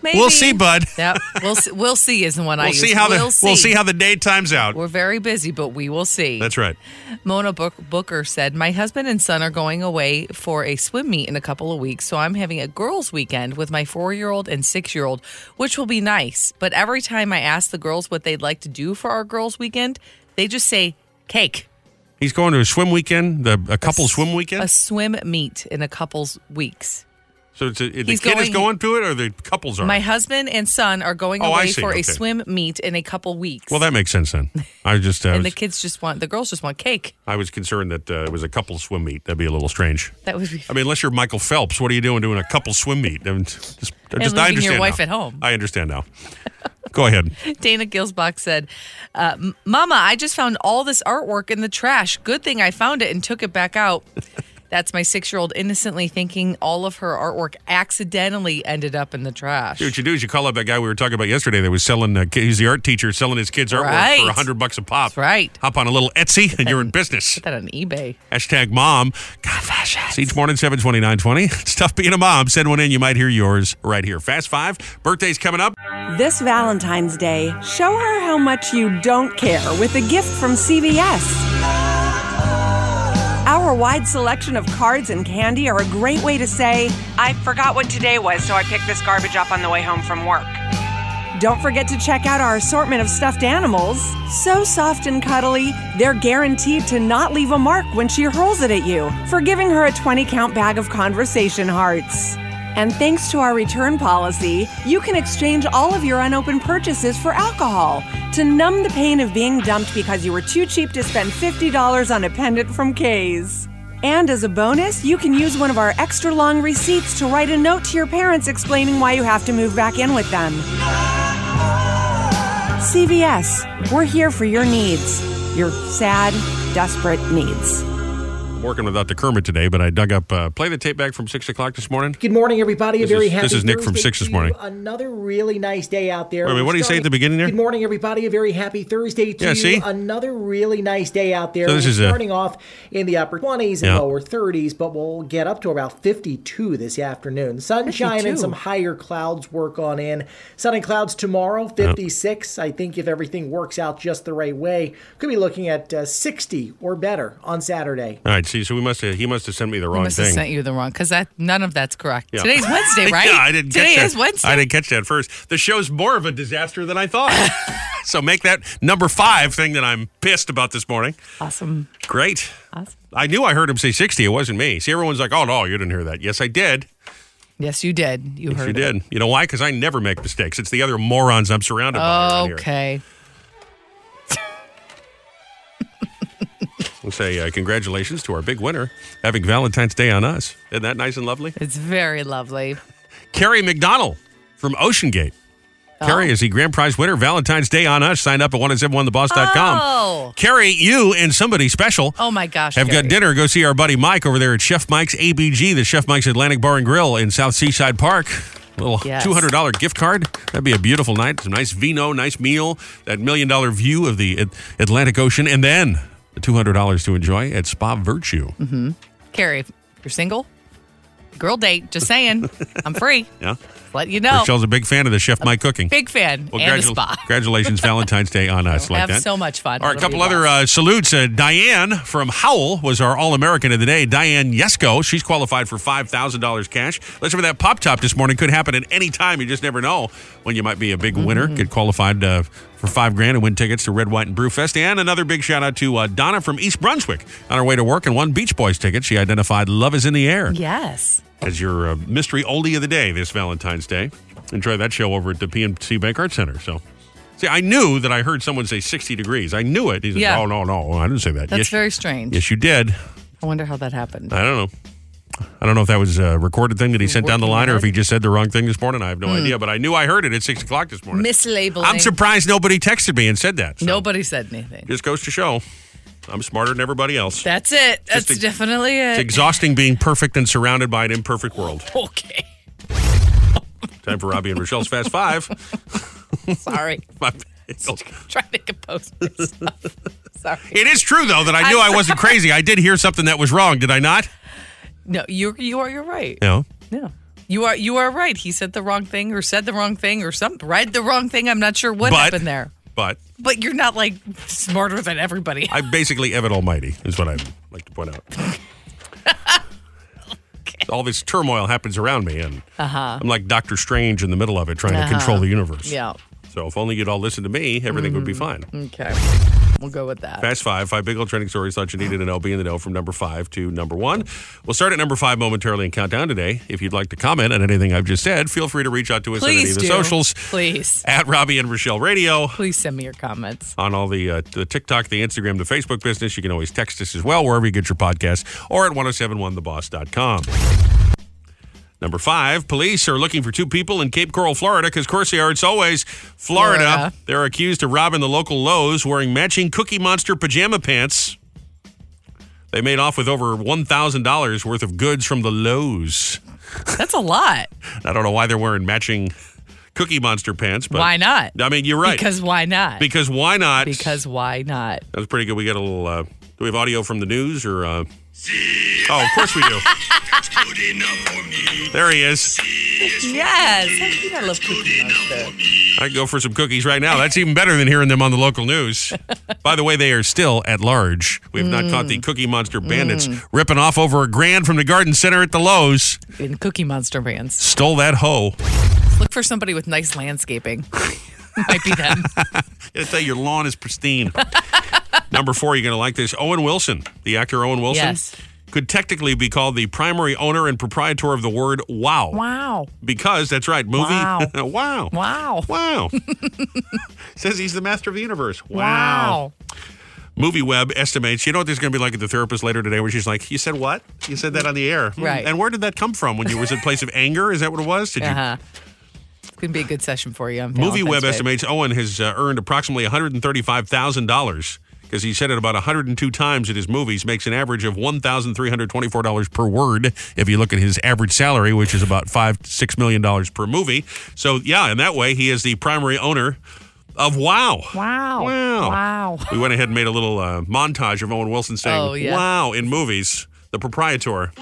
Maybe.
We'll see, bud.
Yep. We'll see, we'll see is the one I
We'll
use.
see how the
we'll
we'll see.
see.
how the day times out.
We're very busy, but we will see.
That's right.
Mona Book- Booker said, My husband and son are going away for a swim meet in a couple of weeks, so I'm having a girls' weekend with my four year old and six year old, which will be nice. But every time I ask the girls what they'd like to do for our girls' weekend, they just say cake.
He's going to a swim weekend, the, a couple swim weekend.
A swim meet in a couple's weeks.
so it's a, the
he's
kid is going
going-
to it, or the couples are.
My husband and son are going
Oh, I
away
see.
for
Okay.
a swim meet in a couple weeks.
well, that makes sense then. I was just uh,
and
was-
the kids just want the girls just want cake.
I was concerned that uh, it was a couple swim meet. That'd be a little strange.
That would be
I mean, unless you're Michael Phelps, what are you doing doing a couple swim meet? I mean, just, just- I
leaving your
understand
wife
now.
at home.
I understand now. Go ahead.
Dana Gilsbach said, uh, "M- Mama, I just found all this artwork in the trash. Good thing I found it and took it back out. That's my six year old innocently thinking all of her artwork accidentally ended up in the trash.
What you do is you call up that guy we were talking about yesterday that was selling, uh, ki- he's the art teacher selling his kids artwork
Right.
for 100 bucks a pop.
right.
Hop on a little Etsy and you're in business.
Put that on eBay.
Hashtag mom. Confessions. Each morning, 72920. It's tough being a mom. Send one in. You might hear yours right here. Fast Five. Birthday's coming up.
This Valentine's Day, show her how much you don't care with a gift from CVS. Our wide selection of cards and candy are a great way to say, I forgot what today was, so I picked this garbage up on the way home from work. Don't forget to check out our assortment of stuffed animals. So soft and cuddly, they're guaranteed to not leave a mark when she hurls it at you, for giving her a 20 count bag of conversation hearts. And thanks to our return policy, you can exchange all of your unopened purchases for alcohol to numb the pain of being dumped because you were too cheap to spend $50 on a pendant from K's. And as a bonus, you can use one of our extra long receipts to write a note to your parents explaining why you have to move back in with them. CVS, we're here for your needs, your sad, desperate needs.
I'm working without the Kermit today, but I dug up, uh, play the tape back from 6 o'clock this morning.
Good morning, everybody. A
This
very
is-
happy
this is Nick from
Thursday
Six this
to
morning.
you. Another really nice day out there.
Wait a minute,
We're
what did you say at the
starting-
beginning there?
Good morning, everybody. A very happy Thursday to
Yeah,
you.
see?
Another really nice day out there.
So this
We're
is a-
starting off in the upper 20s and
Yeah.
lower 30s, but we'll get up to about 52 this afternoon. Sunshine
52.
and some higher clouds work on in. Sun and clouds tomorrow, 56. I think if everything works out just the right way, could be looking at uh, 60 or better on Saturday.
All right, see, so we must have, he must have sent me the
I
wrong
must have
thing.
sent you the wrong because that none of that's correct.
Yeah.
Today's Wednesday, right?
yeah, I didn't
Today
catch that.
is Wednesday.
I didn't catch that first. The show's more of a disaster than I thought. so make that number five thing that I'm pissed about this morning.
awesome.
Great.
Awesome.
I knew I heard him say 60. It wasn't me. See, everyone's like, oh, no, you didn't hear that. Yes, I did.
Yes, you did. You
Yes,
heard
you
it.
did. You know why? Because I never make mistakes. It's the other morons I'm surrounded by. around here.
Okay.
We'll say uh, congratulations to our big winner having Valentine's Day on us. Isn't that nice and lovely?
It's very lovely.
Carrie McDonald from Ocean Gate.
Oh.
Carrie is the grand prize winner. Valentine's Day on us. Sign up at 1071theboss.com.
Oh.
Carrie, you and somebody special
Oh my gosh.
have got
Gary.
dinner. Go see our buddy Mike over there at Chef Mike's ABG, the Chef Mike's Atlantic Bar and Grill in South Seaside Park. Little
Yes.
two hundred dollar gift card. That'd be a beautiful night. Some nice vino, nice meal. That million dollar view of the At- Atlantic Ocean, and then the two hundred dollars to enjoy at Spa Virtue.
Mm-hmm. Carrie, if you're single, girl date. Just saying, I'm free.
Yeah,
Let you know.
Michelle's a big fan of the Chef Mike cooking.
Big fan
Well,
and a
gradu-
spa.
Congratulations, Valentine's Day on us. like
Have
that.
so much fun.
All right, a
It'll be
couple other
awesome.
uh, salutes. Uh, Diane from Howell was our All American of the day. Diane Yesko, she's qualified for $5,000 cash. Let's remember that pop top this morning could happen at any time. You just never know when you might be a big
Mm-hmm.
winner. Get qualified uh, for five grand and win tickets to Red, White, and Brew Fest. And another big shout out to uh, Donna from East Brunswick on her way to work and won Beach Boys tickets. She identified Love is in the Air
Yes.
as your uh, mystery oldie of the day this Valentine's Day. Enjoy that show over at the PNC Bank Art Center. So, see, I knew that I heard someone say 60 degrees. I knew it. He's like,
Yeah.
oh, no, no, I didn't say that.
That's
yes,
very strange.
Yes, you did.
I wonder how that happened.
I don't know. I don't know if that was a recorded thing that he sent down the
Working Hmm.
line or if he
ahead.
just said the wrong thing this morning. I have no idea, but I knew I heard it at 6 o'clock this morning.
Mislabeling.
I'm surprised nobody texted me and said that. So,
Nobody said anything.
Just goes to show I'm smarter than everybody else.
That's it. That's
Just ex-
definitely it.
it's exhausting being perfect and surrounded by an imperfect world.
okay.
Time for Robbie and Rochelle's Fast Five.
Sorry.
My bagels.
Trying to compose myself. Sorry.
It is true though that I knew I wasn't crazy. I did hear something that was wrong, did I not?
No, you you are you're right.
No.
No. You are you are right. He said the wrong thing or said the wrong thing or something read the wrong thing. I'm not sure what
But-
happened there.
But
But you're not like smarter than everybody.
I basically Evan Almighty is what I like to point out. All this turmoil happens around me, and
Uh-huh.
I'm like Doctor Strange in the middle of it, trying to control the universe.
Yeah.
So if only you'd all listen to me, everything would be
Mm.
fine.
Okay. We'll go with that.
Fast five, five big old trending stories thought you needed to know. Be in the know from number five to number one. We'll start at number five momentarily and count down today. If you'd like to comment on anything I've just said, feel free to reach out to us on any
Please
of the
do.
socials.
Please.
at Robbie and Rochelle Radio
Please send me your comments.
on all the, uh, the TikTok, the Instagram, the Facebook business. You can always oh text us as well, wherever you get your podcast, or at 1071theboss.com. Number five, police are looking for two people in Cape Coral, Florida, because of course they are. It's always Florida.
Florida.
They're accused of robbing the local Lowe's wearing matching Cookie Monster pajama pants. They made off with over $1,000 worth of goods from the Lowe's.
That's a lot.
I don't know why they're wearing matching Cookie Monster pants, but
why not?
I mean, you're right.
Because why not?
Because why not?
Because why not?
That was pretty good. We got a little. Uh, do we have audio from the news or? Uh... Oh, of course we do. there he is.
Yes. Heck, you gotta love Cookie Monster.
I can go for some cookies right now. That's even better than hearing them on the local news. By the way, they are still at large. We have not caught the Cookie Monster bandits
Mm.
ripping off over a grand from the garden center at the Lowe's.
In Cookie Monster bands.
Stole that hoe.
Look for somebody with nice landscaping. Might be them.
I tell you, your lawn is pristine. Number four, you're going to like this. Owen Wilson, the actor Owen Wilson,
Yes.
could technically be called the primary owner and proprietor of the word wow.
Wow.
Because that's right, movie.
Wow.
wow.
Wow.
Wow. Says he's the master of the universe.
Wow.
Movie Web estimates, you know what there's going to be like at the therapist later today where she's like, You said what? You said that on the air. Hmm.
Right.
And where did that come from? When you was it a place of anger? Is that what it was? Did you
Uh-huh. It's gonna be a good session for you. on
Movie
Valentine's
Web
Day.
estimates Owen has uh, earned approximately $135,000 because he said it about 102 times in his movies, makes an average of $1,324 per word if you look at his average salary, which is about five $6 million dollars per movie. So, yeah, in that way, he is the primary owner of Wow.
Wow.
Wow.
Wow.
We went ahead and made a little uh, montage of Owen Wilson saying,
Oh, yeah.
Wow, in movies. The proprietor.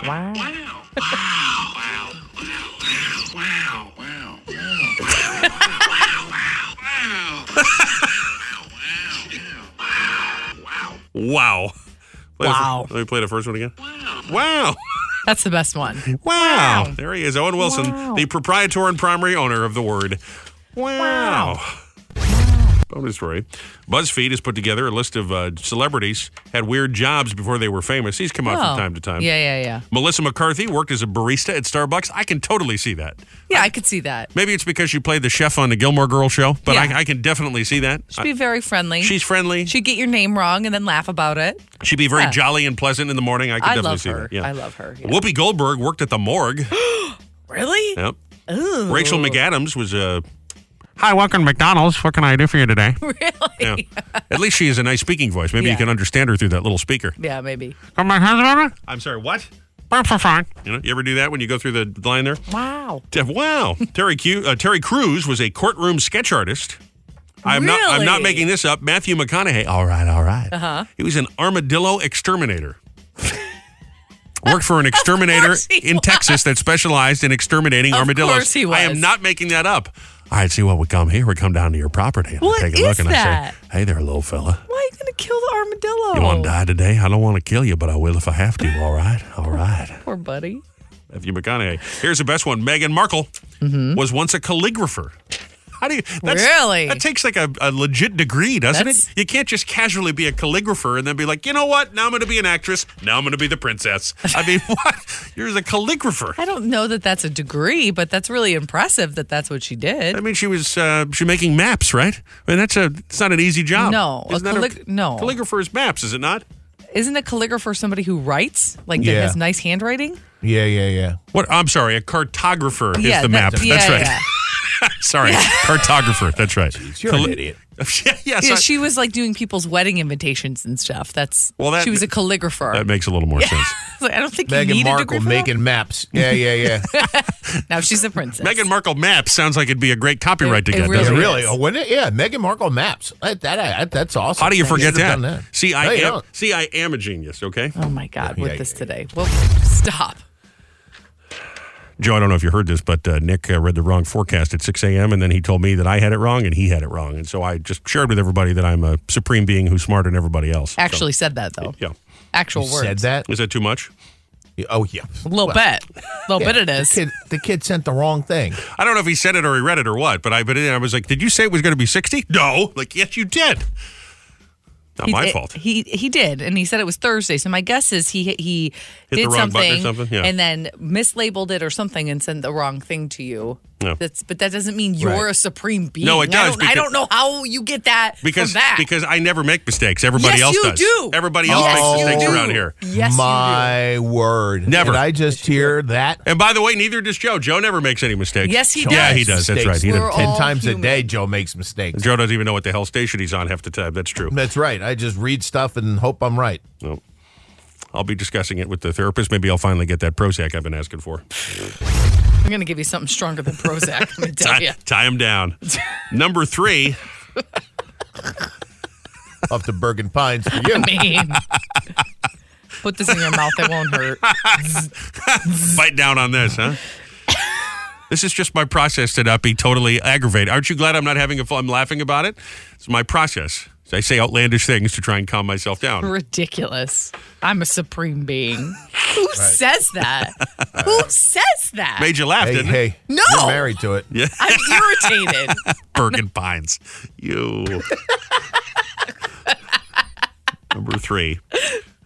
Wow.
Wow. Play the fir-
Wow.
let me play the first one again. Wow.
That's the best one.
Wow. There he is, Owen Wilson,
Wow.
the proprietor and primary owner of the word. Wow. Bonus story. BuzzFeed has put together a list of uh, celebrities had weird jobs before they were famous. These come out
Oh.
from time to time.
Yeah, yeah, yeah.
Melissa McCarthy worked as a barista at Starbucks. I can totally see that.
Yeah, I could see that.
Maybe it's because she played the chef on the Gilmore Girl show, but
Yeah.
I, I can definitely see that.
She'd be very friendly.
She's friendly.
She'd get your name wrong and then laugh about it.
I- she'd be very
Yeah.
jolly and pleasant in the morning. I can
I
definitely
love
see
her.
that. Yeah.
I love her. yeah.
Whoopi Goldberg worked at the morgue.
Really?
yep.
Ooh.
Rachel McAdams was uh, a
Hi, welcome to McDonald's. What can I do for you today?
Yeah. At least she has a nice speaking voice. Maybe
Yeah.
you can understand her through that little speaker.
Yeah, maybe.
Got my husband?
I'm sorry, what?
Bump for fine.
You know, you ever do that when you go through the line there?
Wow.
Te- Wow. Terry Q, uh, Terry Crews was a courtroom sketch artist. I'm not I'm not
Really?
making this up. Matthew McConaughey. All right, all right.
Uh huh.
He was an armadillo exterminator. Worked for an exterminator
course he
in Texas that specialized in exterminating
Of
armadillos.
course he
I am
was.
not making that up. All right, see what we come here. We come down to your property and I
What
take a look
is
and
that? Oh.
I say, Hey there, little fella.
Why are you gonna kill the armadillo?
You want to die today? I don't want to kill you, but I will if I have to. All right, all right.
Poor buddy.
Matthew McConaughey. Here's the best one. Meghan Markle was once a calligrapher. How do you? That's,
Mm-hmm. Really?
That takes like a, a legit degree, doesn't
That's-
it? You can't just casually be a calligrapher and then be like, you know what? Now I'm going to be an actress. Now I'm going to be the princess. I mean, what? You're a calligrapher.
I don't know that that's a degree, but that's really impressive that that's what she did.
I mean, she was uh, she making maps, right? I mean, that's a it's not an easy job.
No, a
Isn't that
callig- no.
Calligrapher is maps, is it not?
Isn't a calligrapher somebody who writes, like that
Yeah.
has nice handwriting?
Yeah, yeah, yeah. What? I'm sorry. A cartographer is
Yeah,
the
that-
map.
yeah,
that's right.
yeah.
sorry, cartographer. That's right.
you're an idiot.
yeah, yeah,
yeah,
so-
she was like doing people's wedding invitations and stuff. That's
Well, that-
she was a calligrapher.
That makes a little more sense.
I don't think you
Meghan
need a degree
Markle
for that.
making maps. Yeah, yeah, yeah.
Now she's a princess.
Meghan Markle maps sounds like it'd be a great copyright to
It- it
get,
really
doesn't it?
is.
really? Oh, wouldn't it? Yeah, Meghan Markle maps. That, that, I- that's awesome.
How do you
I
forget
should've done
that?
that?
See, I
No, you
am,
don't.
see, I am a genius. Okay,
Oh my God,
Yeah,
with
yeah,
this today. Well, stop.
Joe. I don't know if you heard this, but uh, Nick uh, read the wrong forecast at 6 a.m. and then he told me that I had it wrong and he had it wrong, and so I just shared with everybody that I'm a supreme being who's smarter than everybody else. So,
Actually said that though.
yeah.
Actual words.
that? Is that too much?
Oh yeah,
A little bit. A little bit it is.
The kid, the kid sent the wrong thing.
I don't know if he said it or he read it or what, but I but I was like, did you say it was going to be 60? No, like yes, you did. Not
He
my
did-
fault.
He he did, and he said it was Thursday. So my guess is he he
Hit the
did
wrong button or
something,
something, yeah.
and then mislabeled it or something, and sent the wrong thing to you
No.
That's but that doesn't mean you're
Right.
a supreme being.
No, it
I
does,
don't, I
because-
don't know how you get that
Because
from that.
because I never make mistakes. Everybody
Yes,
else
you
does.
do.
Everybody else
Yes,
makes
you
mistakes
do.
around here.
Yes, you
My word.
Never.
Did I just hear that?
And by the way, neither does Joe. Joe never makes any mistakes.
Yes, he
Yeah,
does.
he does. That's right. He
We're
does.
all
Ten times
human.
a day, Joe makes mistakes.
Joe doesn't even know what the hell station he's on half the time. That's true.
That's right. I just read stuff and hope I'm right.
No. I'll be discussing it with the therapist. Maybe I'll finally get that Prozac I've been asking for.
I'm gonna give you something stronger than Prozac. I'm gonna tell you.
Tie, tie him down. Number three.
Up to Bergen Pines for you.
I mean, put this in your mouth. It won't hurt.
Bite down on this, huh? This is just my process to not be totally aggravated. Aren't you glad I'm not having a fun? I'm laughing about it. It's my process. I say outlandish things to try and calm myself down.
Ridiculous. I'm a supreme being. Who says that? Who says that?
Made you laugh,
Hey,
didn't it?
hey.
No.
You're married to it.
Yeah.
I'm irritated.
Bergen Pines. You. Number three.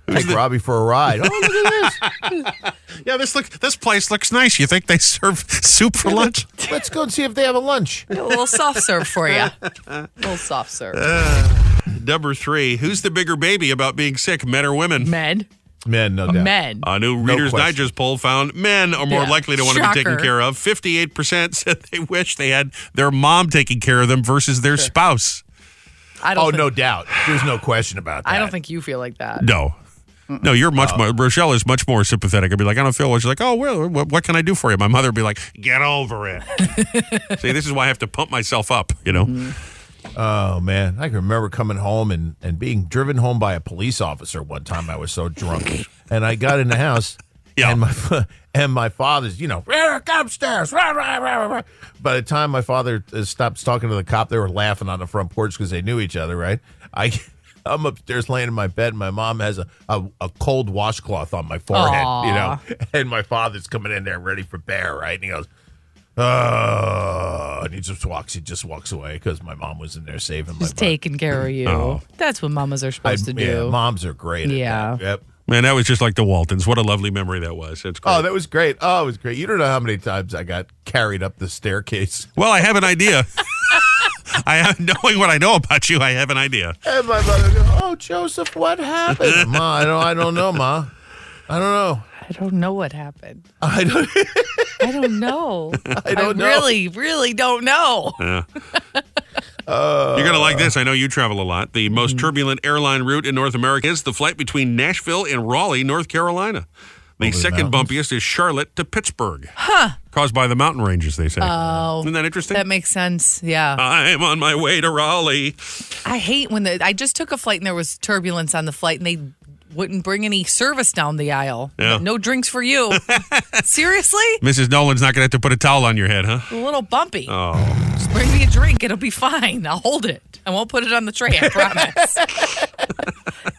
Take Robbie for a ride. Oh, look at this.
Yeah, this look. This place looks nice. You think they serve soup for lunch?
Let's go and see if they have a lunch.
a little soft serve for you. A little soft serve.
Uh, Number three. Who's the bigger baby about being sick, men or women?
men.
Men, no doubt.
Men.
A new Reader's
question.
Digest poll found men are more
Yeah.
likely to want to be taken
Shocker.
care of. 58% said they wish they had their mom taking care of them versus their spouse.
I don't.
Oh,
think,
no doubt. There's no question about that.
I don't think you feel like that.
No. No, you're much
Uh-uh.
more, Rochelle is much more sympathetic. I'd be like, I don't feel well. She's like, oh, well, what, what can I do for you? My mother would be like, get over it. See, this is why I have to pump myself up, you know? Mm-hmm.
Oh man, I can remember coming home and, and being driven home by a police officer one time. I was so drunk, and I got in the house.
Yeah.
And my fa- and my father's, you know, "Rah, get upstairs. rah, rah, rah, rah, rah." By the time my father uh, stops talking to the cop, they were laughing on the front porch because they knew each other, right? I, I'm upstairs laying in my bed, and my mom has a, a, a cold washcloth on my forehead, you know, and my father's coming in there ready for bear, right? And he goes, Oh, and he just walks. He just walks away because my mom was in there saving
Just
my butt.
taking care of you.
Oh.
That's what mamas are supposed
I-
to
yeah,
do.
moms are great. at
Yeah.
that. Yep.
Man, that was just like the Waltons. What a lovely memory that was. That's great.
Oh, that was great. Oh, it was great. You don't know how many times I got carried up the staircase.
Well, I have an idea. I have, knowing what I know about you, I have an idea.
And my mother goes, "Oh, Joseph, what happened, Ma? I don't, I don't know, Ma. I don't know.
I don't know what happened.
I don't.
I don't know. I
don't know.
really, really don't know.
You're going to like this. I know you travel a lot. The most turbulent airline route in North America is the flight between Nashville and Raleigh, North Carolina. The second bumpiest is Charlotte to Pittsburgh. Huh. Caused by the mountain ranges, they say.
Uh.
Oh. Isn't that interesting? Uh.
That makes sense. Yeah.
I'm on my way to Raleigh.
I hate when the I just took a flight and there was turbulence on the flight and they wouldn't bring any service down the aisle.
Yeah.
No drinks for you. Seriously?
Mrs. Nolan's not going to have to put a towel on your head, huh?
A little bumpy. Oh. Just bring me a drink. It'll be fine. I'll hold it. I won't put it on the tray. I promise.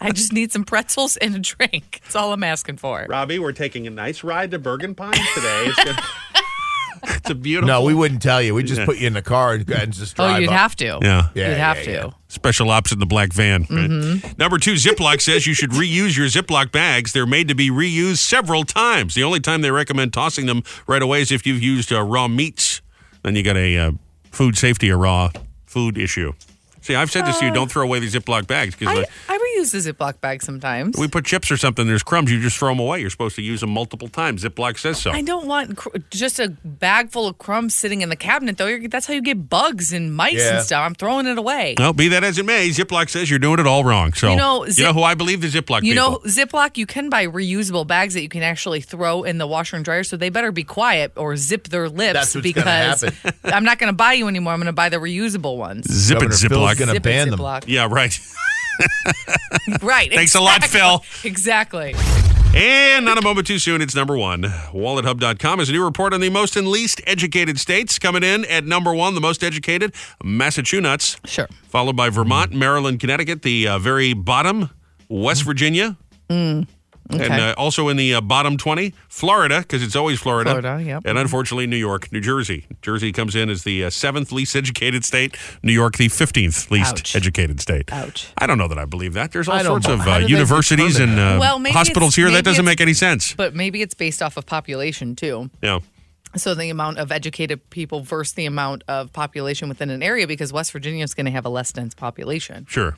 I just need some pretzels and a drink. That's all I'm asking for.
Robbie, we're taking a nice ride to Bergen Pines today. It's, good. it's a beautiful.
No, we wouldn't tell you. We just put you in the car and, and just drive.
oh, you'd
up.
have to.
Yeah.
Yeah,
you'd
yeah,
have
yeah.
to.
Special ops in the black van. right?
Mm-hmm.
Number two, Ziploc says you should reuse your Ziploc bags. They're made to be reused several times. The only time they recommend tossing them right away is if you've used uh, raw meats. Then you got a uh, food safety or raw food issue. See, I've said this to you: don't throw away these Ziploc bags because
Oh. I, I reuse the Ziploc bag sometimes.
we put chips or something. There's crumbs. You just throw them away. You're supposed to use them multiple times. Ziploc says so.
I don't want cr- just a bag full of crumbs sitting in the cabinet, though. You're, that's how you get bugs and mice
Yeah.
and stuff. I'm throwing it away.
Well, be that as it may, Ziploc says you're doing it all wrong. So
You know, Zip-
who I believe the Ziploc
You
people.
know, Ziploc, you can buy reusable bags that you can actually throw in the washer and dryer, so they better be quiet or zip their lips
That's what's gonna
because
happen.
I'm not going to buy you anymore. I'm going to buy the reusable ones.
Zip it,
Governor Phil's
Ziploc.
gonna-
Zip it,
ban them.
Ziploc.
yeah, right.
Right.
Thanks a lot,
exactly.
Phil.
Exactly.
And not a moment too soon, it's number one. WalletHub.com is a new report on the most and least educated states. Coming in at number one, the most educated, Massachusetts,
Sure.
followed by Vermont, Maryland, Connecticut, the uh, very bottom, West Virginia. And uh, also in the uh, bottom 20, Florida, because it's always Florida.
Florida, yep.
And unfortunately, New York, New Jersey. Jersey comes in as the uh, seventh least educated state, New York, the 15th least
Ouch.
educated state.
Ouch.
I don't know that I believe that. There's all
I don't
sorts of
know. How
uh,
do they
universities and
determine
uh,
Well, maybe
hospitals
it's-
here. That
maybe
doesn't
it's-
make any sense.
But maybe it's based off of population too.
Yeah.
So the amount of educated people versus the amount of population within an area, because West Virginia is going to have a less dense population.
Sure.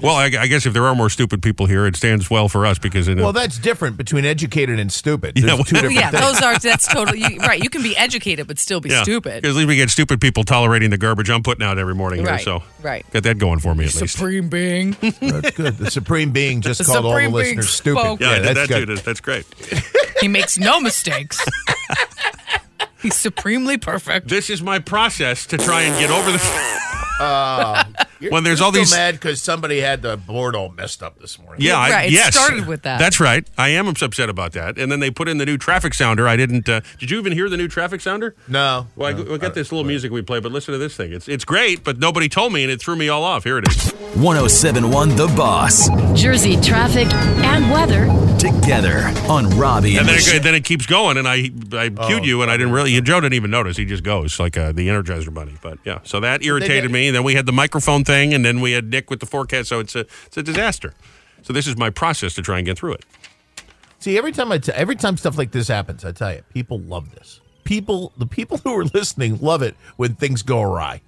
Well, I, I guess if there are more stupid people here, it stands well for us because it,
Well, that's different between educated and stupid. There's two different
yeah,
things.
those are that's totally you, right. You can be educated but still be stupid.
Because at least we get stupid people tolerating the garbage I'm putting out every morning
Right,
here. So
right.
got that going for me at least.
Supreme being.
That's good. The supreme being just
The
called all the
supreme being
listeners stupid.
spoke.
Yeah, I did
that's
that
good.
too. That's- That's great.
he makes no mistakes. He's supremely perfect.
This is my process to try and get over the.
Uh, you're-
When there's
you're
all
still
these-
mad because somebody had the board all messed up this morning.
Yeah, I, yes. That's
right.
right. I am upset about that. And then they put in the new traffic sounder. I didn't. Uh, did you even hear the new traffic sounder?
No. Uh,
Well, I, we got this little music we play, but listen to this thing. It's it's great, but nobody told me, and it threw me all off. Here it is.
1071 The Boss.
Jersey traffic and weather.
Together on Robbie
And
and,
then
Michelle.
it, then it keeps going, and I I cued you, and I didn't really. Joe didn't even notice. He just goes like uh, the Energizer Bunny. But yeah, so that irritated me. Then we had the microphone thing, and then we had Nick with the forecast. So it's a it's a disaster. So this is my process to try and get through it.
See, every time I t- every time stuff like this happens, I tell you, people love this. People, the people who are listening, love it when things go awry.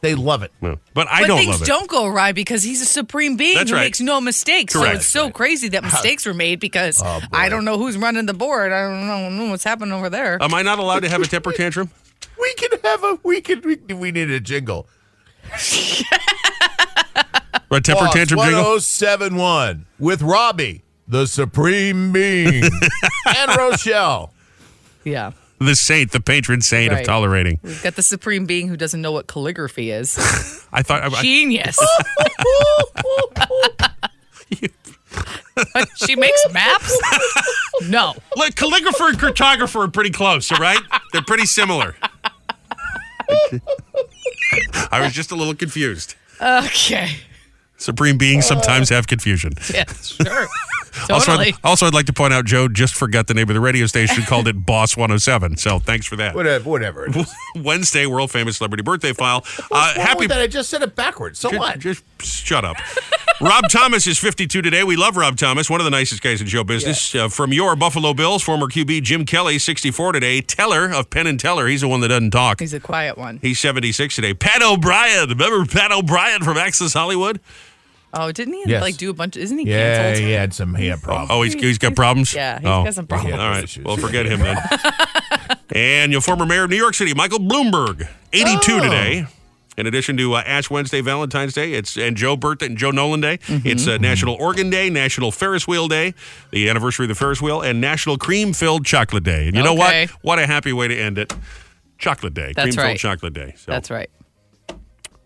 They love it.
But
but things don't go awry because he's a supreme being
That's
who
right.
makes no mistakes.
Correct.
So it's so crazy that mistakes were made because
Oh,
I don't know who's running the board. I don't know what's happening over there.
Am I not allowed to have a temper tantrum?
We can have a we can we, we need a jingle.
A temper
Boss,
tantrum jingle?
1071 with Robbie, the supreme being, and Rochelle.
Yeah.
The saint, the patron saint
Right.
of tolerating.
We've got the supreme being who doesn't know what calligraphy is.
I thought I, I,
Genius. she makes maps? No.
Look, calligrapher and cartographer are pretty close, all right? They're pretty similar. I was just a little confused.
Okay.
Supreme beings sometimes have confusion.
Yeah, sure.
Also,
Totally.
I'd, also, I'd like to point out Joe just forgot the name of the radio station, called it Boss 107. So thanks for that.
Whatever. whatever.
Wednesday, world famous celebrity birthday file. Uh,
Wrong
happy
with that I just said it backwards. So
Ju-
what?
Just shut up. Rob Thomas is 52 today. We love Rob Thomas, one of the nicest guys in show business. Uh, from your Buffalo Bills, former QB Jim Kelly, 64 today. Teller of Penn and Teller, he's the one that doesn't talk.
He's a quiet one.
He's 76 today. Pat O'Brien, remember Pat O'Brien from Access Hollywood?
Oh, didn't he
Yes.
like do a bunch? Isn't he
Yeah,
canceled?
he had some hair problems.
Oh, he's, he's got problems?
Yeah, he's
oh.
got some problems.
All right, well, forget him then. and your former mayor of New York City, Michael Bloomberg, 82 today. In addition to uh, Ash Wednesday, Valentine's Day, it's and Joe Birthday and Joe Nolan Day. It's uh, National Organ Day, National Ferris Wheel Day, the anniversary of the Ferris Wheel, and National Cream Filled Chocolate Day. And you know
Okay.
what? What a happy way to end it! Chocolate Day,
That's
cream filled
right.
chocolate day. So
That's right.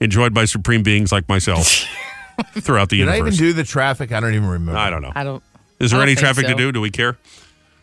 enjoyed by supreme beings like myself throughout the
Did I
universe.
even do the traffic? I don't even remember.
I don't know.
I don't.
Is there
I don't
any
think
traffic to
so.
do? Do we care?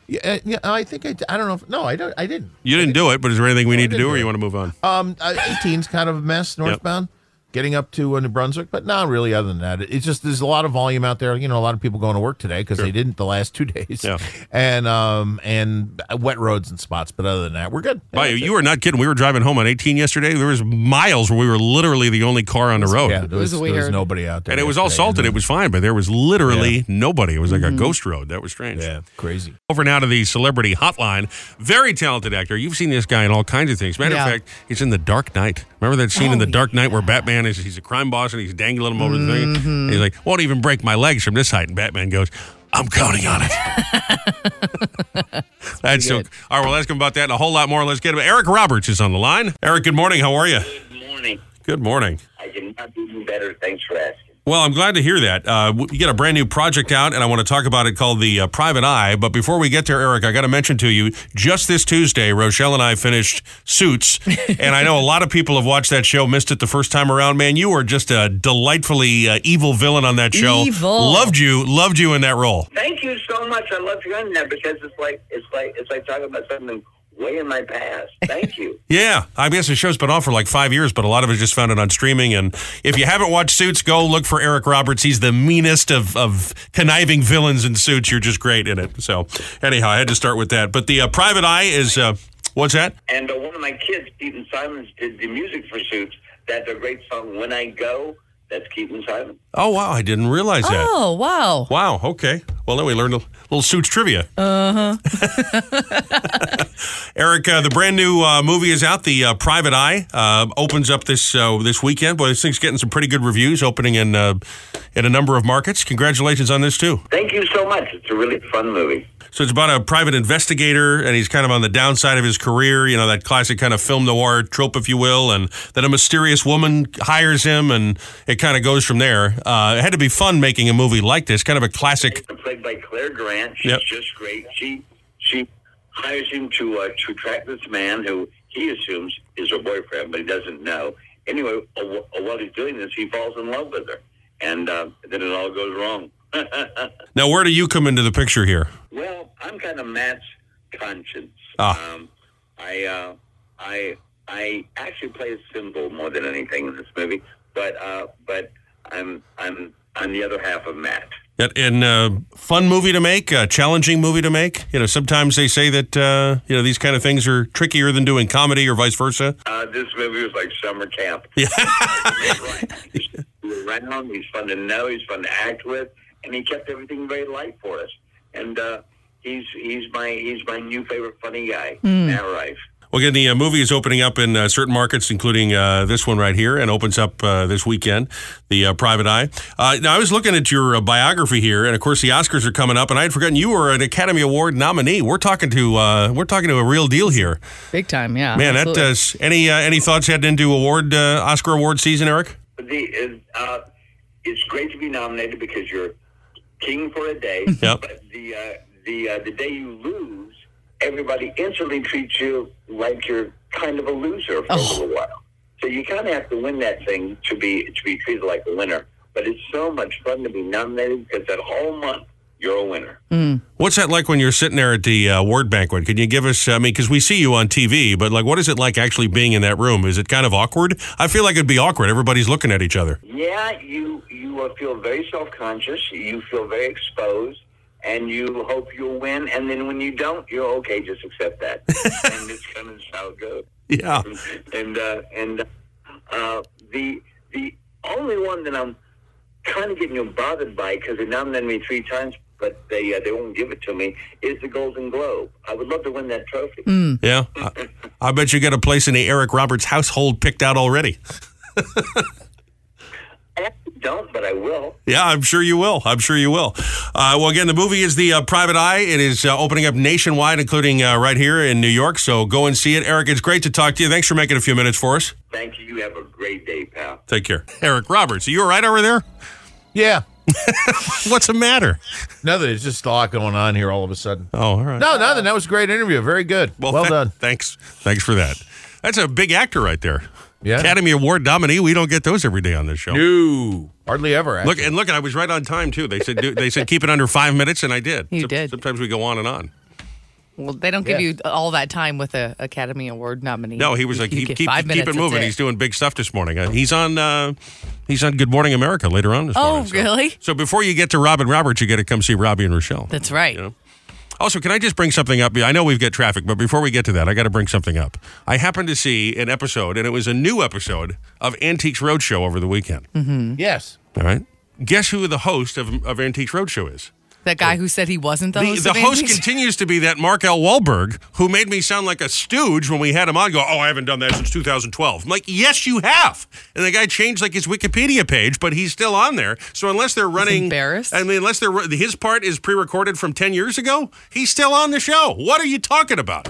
Yeah, uh, yeah, I think I, d- I don't know. If, no, I don't. I didn't.
You didn't do it, but is there anything we need to
didn't
do, or
do
you want to move on?
Um, uh, 18's kind of a mess northbound, getting up to uh, New Brunswick, but not really. Other than that, It- it's just there's a lot of volume out there. You know, a lot of people going to work today because they didn't the last two days. Yeah. and um and wet roads and spots, but other than that, we're good.
By you, you were not kidding. We were driving home on 18 yesterday. There was miles where we were literally the only car on the road.
Yeah, there was, there was nobody out there,
and it was all salted. It was fine, but there was literally nobody. It was like
Mm-hmm.
a ghost road. That was strange.
Yeah, crazy.
Over now to the celebrity hotline. Very talented actor. You've seen this guy in all kinds of things. Matter
Yeah.
of fact, he's in The Dark Knight. Remember that scene in The Dark Knight where Batman is he's a crime boss and he's dangling him over the thing. And he's like, "Won't even break my legs from this height." And Batman goes, "I'm counting on it." That's so. All right, well, let's come about that and a whole lot more. Let's get him. Eric Roberts is on the line. Eric, good morning. How are you?
morning.
Good morning.
I cannot do you better. Thanks for asking.
Well, I'm glad to hear that. Uh, w- you got a brand new project out, and I want to talk about it called the uh, Private Eye. But before we get there, Eric, I got to mention to you just this Tuesday, Rochelle and I finished Suits, and I know a lot of people have watched that show, missed it the first time around. Man, you were just a delightfully uh, evil villain on that show.
Evil.
Loved you, loved you in that role.
Thank you so much. I love you on there because it's like it's like it's like talking about something way in my past. Thank you.
Yeah, I guess the show's been on for like five years, but a lot of us just found it on streaming. And if you haven't watched Suits, go look for Eric Roberts. He's the meanest of, of conniving villains in Suits. You're just great in it. So, anyhow, I had to start with that. But the uh, Private Eye is uh, what's that?
And uh, one of my kids, Keaton Simons, did the music for Suits. That's a great song. When I go, that's Keaton Simons.
Oh wow, I didn't realize that.
Oh wow.
Wow. Okay. Well, then we learned a little Suits trivia.
Uh huh.
Eric, uh, the brand new uh, movie is out. The uh, Private Eye uh, opens up this uh, this weekend. Boy, this thing's getting some pretty good reviews. Opening in uh, in a number of markets. Congratulations on this too.
Thank you so much. It's a really fun movie.
So it's about a private investigator, and he's kind of on the downside of his career. You know that classic kind of film noir trope, if you will, and then a mysterious woman hires him, and it kind of goes from there. Uh, it had to be fun making a movie like this, kind of a classic.
Played by Claire Grant. She's
Yep.
just great. She she hires him to uh, to track this man who he assumes is her boyfriend, but he doesn't know. Anyway, uh, wh- while he's doing this, he falls in love with her, and uh, then it all goes wrong.
Now, where do you come into the picture here?
Well, I'm kind of Matt's conscience.
Ah.
Um, I, uh, I, I actually play a symbol more than anything in this movie, but uh, but I'm I'm I'm the other half of Matt.
That in a fun movie to make, a challenging movie to make. You know, sometimes they say that uh, you know these kind of things are trickier than doing comedy or vice versa.
Uh, this movie was like summer camp.
Yeah.
He's around, he's fun to know, he's fun to act with, and he kept everything very light for us. And uh, he's he's my he's my new favorite funny guy,
Hmm.
Matt Rife.
Well, again, the uh, movie is opening up in uh, certain markets, including uh, this one right here, and opens up uh, this weekend, The uh, Private Eye. Uh, now, I was looking at your uh, biography here, and of course, the Oscars are coming up, and I had forgotten you were an Academy Award nominee. We're talking to uh, we're talking to a real deal here,
Big time, yeah.
man. That
Uh, absolutely.
does any uh, any thoughts heading into award uh, Oscar award season, Eric?
The uh, it's great to be nominated because you're king for a day.
Yep.
But the uh, the uh, the day you lose, everybody instantly treats you like you're kind of a loser for a little while. So you kind of have to win that thing to be to be treated like a winner. But it's so much fun to be nominated because that whole month you're a winner.
What's that like when you're sitting there at the uh, award banquet? Can you give us? I mean, because we see you on TV, but like, what is it like actually being in that room? Is it kind of awkward? I feel like it'd be awkward. Everybody's looking at each other.
Yeah, you you uh, feel very self conscious. You feel very exposed, and you hope you'll win. And then when you don't, you're okay. Just accept that, and it's kind of how it goes.
Yeah.
And uh, and uh, the the only one that I'm kind of getting bothered by because they nominated me three times, but they uh, they won't give it to me is the Golden Globe. I would love to win that trophy.
Mm. Yeah. I, I bet you got a place in the Eric Roberts household picked out already.
Don't, but I will.
Yeah, I'm sure you will. I'm sure you will. Uh, well, again, the movie is The uh, Private Eye. It is uh, opening up nationwide, including uh, right here in New York. So go and see it. Eric, it's great to talk to you. Thanks for making a few minutes for us.
Thank you. You have a great day, pal.
Take care. Eric Roberts, are you all right over there?
Yeah.
What's the matter?
Nothing. It's just a lot going on here all of a sudden.
Oh, all right.
No, nothing. That was a great interview. Very good. Well,
tha-
done.
Thanks. Thanks for that. That's a big actor right there.
Yeah.
Academy Award nominee. We don't get those every day on this show.
No. Hardly ever.
Look and look, I was right on time too. They said do, they said keep it under five minutes, and I did. You did. Sometimes we go on and on.
Well, they don't give
Yeah.
you all that time with a Academy Award nominee.
No, he was like
You
keep
get
keep,
five
keep
minutes,
it
that's
moving. He's doing big stuff this morning. Uh, he's on uh, he's on Good Morning America later on this
Oh,
morning. so-
really?
So before you get to Robin Roberts, you got to come see Robbie and Rochelle.
That's right.
Also, can I just bring something up? I know we've got traffic, but before we get to that, I got to bring something up. I happened to see an episode, and it was a new episode of Antiques Roadshow over the weekend.
Mm-hmm.
Yes.
All right. Guess who the host of, of Antiques Roadshow is?
That guy who said he wasn't the,
The,
host.
the
of
host
Antiques-
continues to be that Mark L. Wahlberg who made me sound like a stooge when we had him on. Go, oh, I haven't done that since 2012. I'm like, yes, you have. And the guy changed like his Wikipedia page, but he's still on there. So unless they're running, embarrassed. I mean, unless they're ru- his part is pre-recorded from 10 years ago, he's still on the show. What are you talking about?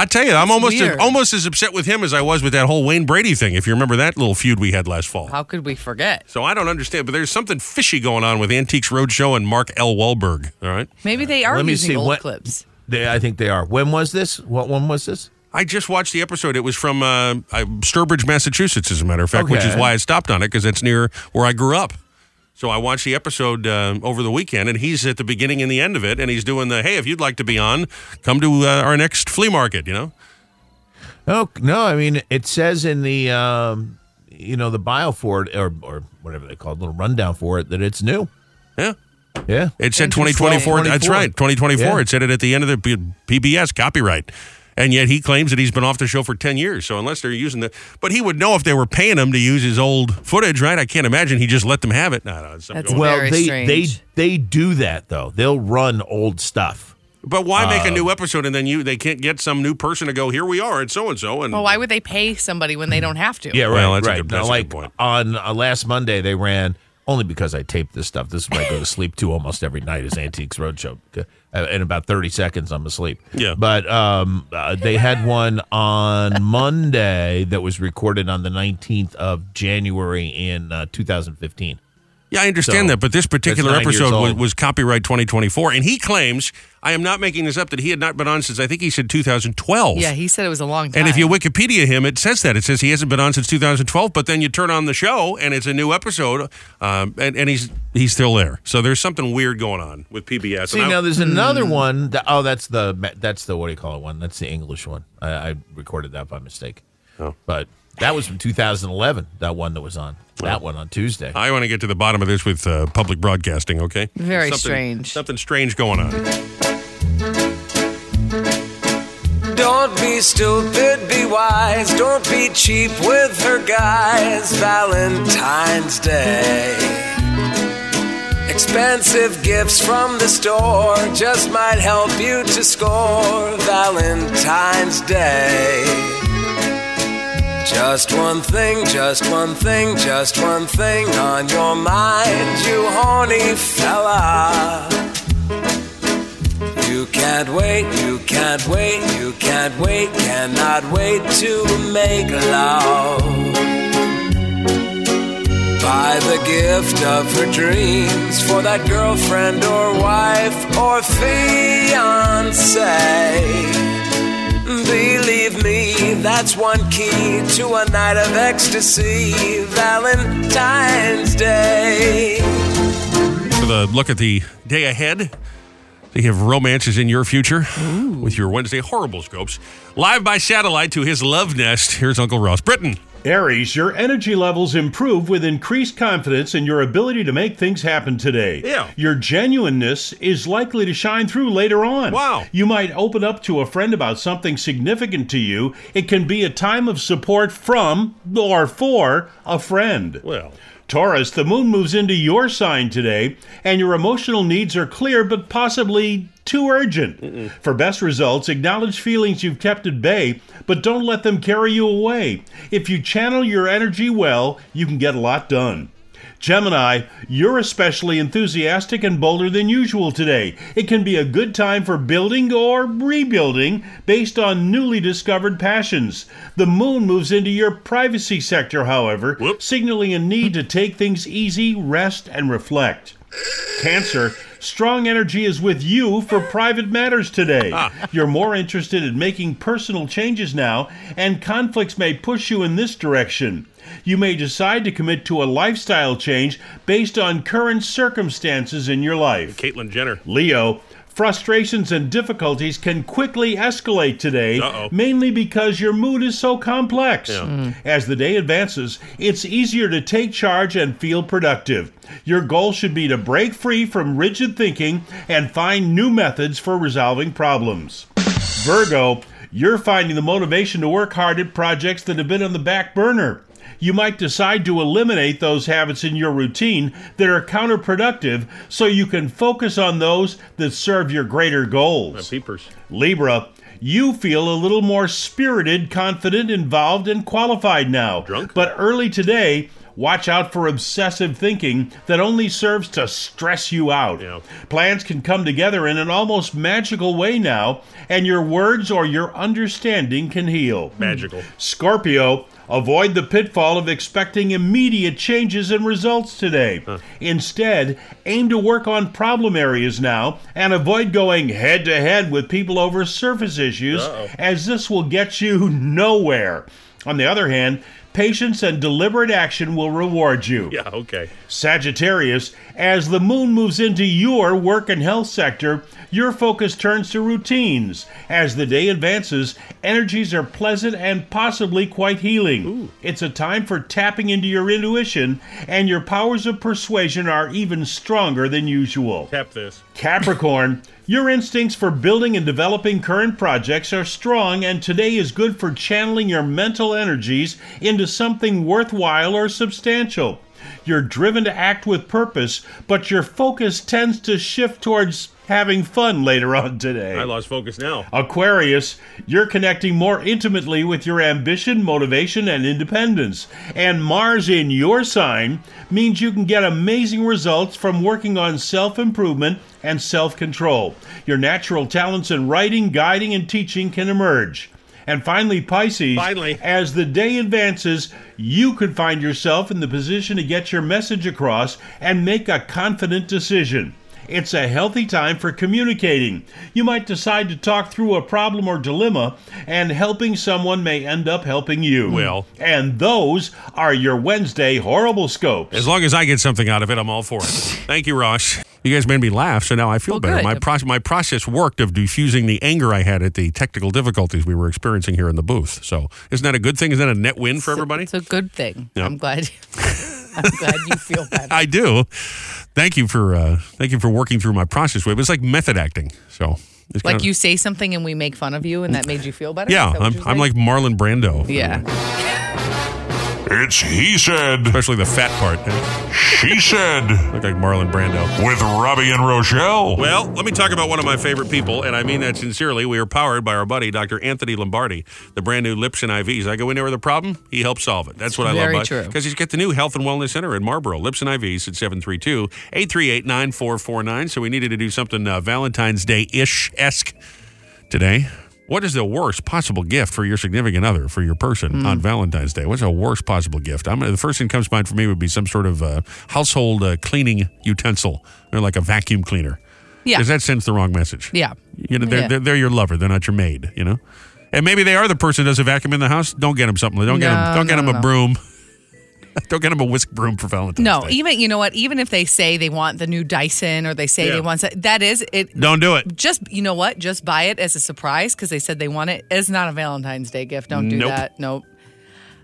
I tell you, I'm
That's
almost
weird.
almost as upset with him as I was with that whole Wayne Brady thing. If you remember that little feud we had last fall.
How could we forget?
So I don't understand, but there's something fishy going on with Antiques Roadshow and Mark L. Wahlberg. All right.
Maybe they are
Let me
using
see
old
what-
clips.
They, I think they are. When was this? What one was this?
I just watched the episode. It was from uh, I- Sturbridge, Massachusetts, as a matter of fact, which is
Okay.
why I stopped on it because it's near where I grew up. So I watched the episode uh, over the weekend, and he's at the beginning and the end of it, and he's doing the hey, if you'd like to be on, come to uh, our next flea market. You know,
No, no. I mean, it says in the um, you know the bio for it or or whatever they call it, little rundown for it that it's new.
Yeah.
Yeah.
it said 2024. That's right, 2024. It said it at the end of the P- PBS copyright. And yet he claims that he's been off the show for 10 years. So unless they're using the, but he would know if they were paying him to use his old footage, right? I can't imagine he just let them have it. No, no, it's
That's
well,
very
they
strange.
they they do that though. They'll run old stuff.
But why make a
Uh,
new episode and then you they can't get some new person to go, here we are at so and so and
Well, why would they pay somebody when they don't have to?
Yeah, right.
Well, that's a
right.
good- that's a good
like
point.
on uh, last Monday they ran only because I taped this stuff. This is what I go to sleep to almost every night is Antiques Roadshow. Uh, In about thirty seconds, I'm asleep.
Yeah.
But um, uh, they had one on Monday that was recorded on the 19th of January in uh, 2015.
Yeah, I
So,
understand that, but this particular
that's nine years
episode was,
old.
was copyright 2024, and he claims I am not making this up that he had not been on since I think he said 2012.
Yeah, he said it was a long time.
and if you Wikipedia him, it says that it says he hasn't been on since 2012. But then you turn on the show, and it's a new episode, um, and, and he's he's still there. So there's something weird going on with PBS. and
See
I-
now,
Hmm.
there's another one. That, oh, that's the ma- that's the what do you call it one? That's the English one. I, I recorded that by mistake. Oh. But that was from 2011. That one that was on that one on Tuesday.
I want to get to the bottom of this with uh, public broadcasting. Okay,
Very
Something-
strange.
Something strange going on.
Don't be stupid, be wise. Don't be cheap with her guys. Valentine's Day. Expensive gifts from the store just might help you to score. Valentine's Day. Just one thing, just one thing, just one thing on your mind, you horny fella. You can't wait, you can't wait, you can't wait, cannot wait to make love. Buy the gift of her dreams for that girlfriend or wife or fiance. Believe me, that's one key to a night of ecstasy, Valentine's Day.
for the look at the day ahead. So you have romances in your future with your Wednesday horrible scopes. Live by satellite to his love nest. Here's Uncle Ross Britton.
Aries, your energy levels improve with increased confidence in your ability to make things happen today.
Yeah.
Your genuineness is likely to shine through later on.
Wow.
You might open up to a friend about something significant to you. It can be a time of support from or for a friend.
Well.
Taurus, the moon moves into your sign today, and your emotional needs are clear but possibly too urgent. For best results, acknowledge feelings you've kept at bay, but don't let them carry you away. If you channel your energy well, you can get a lot done. Gemini, you're especially enthusiastic and bolder than usual today. It can be a good time for building or rebuilding based on newly discovered passions. The moon moves into your privacy sector, however, signaling a need to take things easy, rest, and reflect. Cancer, strong energy is with you for private matters today.
Ah.
You're more interested in making personal changes now, and conflicts may push you in this direction. You may decide to commit to a lifestyle change based on current circumstances in your life.
Caitlyn Jenner.
Leo, frustrations and difficulties can quickly escalate today,
Uh-oh.
mainly because your mood is so complex.
Yeah.
Mm-hmm. As the day advances, it's easier to take charge and feel productive. Your goal should be to break free from rigid thinking and find new methods for resolving problems. Virgo, you're finding the motivation to work hard at projects that have been on the back burner. You might decide to eliminate those habits in your routine that are counterproductive so you can focus on those that serve your greater goals. Libra, you feel a little more spirited, confident, involved, and qualified now. Drunk? But early today, watch out for obsessive thinking that only serves to stress you out. Plans can come together in an almost magical way now, and your words or your understanding can heal.
Magical.
Scorpio, avoid the pitfall of expecting immediate changes in results today. Instead, aim to work on problem areas now and avoid going head to head with people over surface issues, as this will get you nowhere. On the other hand, patience and deliberate action will reward you.
Yeah, okay.
Sagittarius, as the moon moves into your work and health sector, your focus turns to routines. As the day advances, energies are pleasant and possibly quite healing. It's a time for tapping into your intuition, and your powers of persuasion are even stronger than usual.
Tap this.
Capricorn, Your instincts for building and developing current projects are strong, and today is good for channeling your mental energies into something worthwhile or substantial. You're driven to act with purpose, but your focus tends to shift towards having fun later on today.
I lost focus now.
Aquarius, you're connecting more intimately with your ambition, motivation, and independence. And Mars in your sign means you can get amazing results from working on self improvement and self control. Your natural talents in writing, guiding, and teaching can emerge. And finally, Pisces. Finally. As the day advances, you could find yourself in the position to get your message across and make a confident decision. It's a healthy time for communicating. You might decide to talk through a problem or dilemma, and helping someone may end up helping you.
Well.
And those are your Wednesday horrible scopes.
As long as I get something out of it, I'm all for it. Thank you, Ross. You guys made me laugh, so now I feel better.
good.
My pro- my process worked of diffusing the anger I had at the technical difficulties we were experiencing here in the booth. So isn't that a good thing? Isn't that a net win for everybody?
It's a good thing.
Yeah.
I'm glad. I'm glad you feel better.
I do. Thank you for uh, thank you for working through my process way. But it's like method acting. So it's
Like
kinda-
you say something and we make fun of you, and that made you feel better.
Yeah,
Is that what
I'm,
you're
I'm like Marlon Brando.
saying? yeah.
It's he said, especially the fat part. She said, look like Marlon Brando with Robbie and Rochelle. Well, let me talk about one of my favorite people, and I mean that sincerely. We are powered by our buddy Dr. Anthony Lombardi, the brand new Lips and IVs. I go in there with a problem, he helps solve it. That's what I love
Very
about
true.
because he's got the new Health and Wellness Center in Marlboro, Lips and IVs at 732 838 9449. So we needed to do something uh, Valentine's Day ish esque today. What is the worst possible gift for your significant other, for your person
Hmm.
on Valentine's Day? What's the worst possible gift? I'm the first thing that comes to mind for me would be some sort of uh, household uh, cleaning utensil, or like a vacuum cleaner.
Yeah.
because that sends the wrong message.
Yeah.
You know, they're,
Yeah.
they're, they're your lover. They're not your maid. You know, and maybe they are the person who does a vacuum in the house. Don't get them something. Don't get
No,
them. Don't get
no,
them a
no.
broom. don't get them a whisk broom for Valentine's.
No, even you know what? Even if they say they want the new Dyson or they say
Yeah.
they want s- that is it.
Don't do it.
Just you know what? Just buy it as a surprise because they said they want it. It's not a Valentine's Day gift. Don't do
Nope.
that. Nope.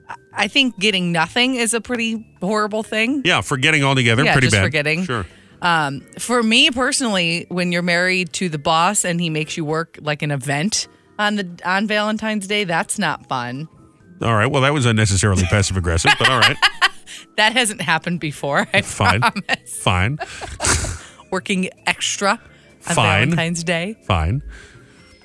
I- I think getting nothing is a pretty horrible thing.
Yeah, forgetting altogether.
Yeah,
pretty
just
bad.
forgetting.
Sure.
Um, for me personally, when you're married to the boss and he makes you work like an event on the on Valentine's Day, that's not fun.
All right. Well, that was unnecessarily passive aggressive, but all right.
That hasn't happened before. I
Fine.
promise.
Fine.
Working extra on
Fine.
Valentine's Day.
Fine.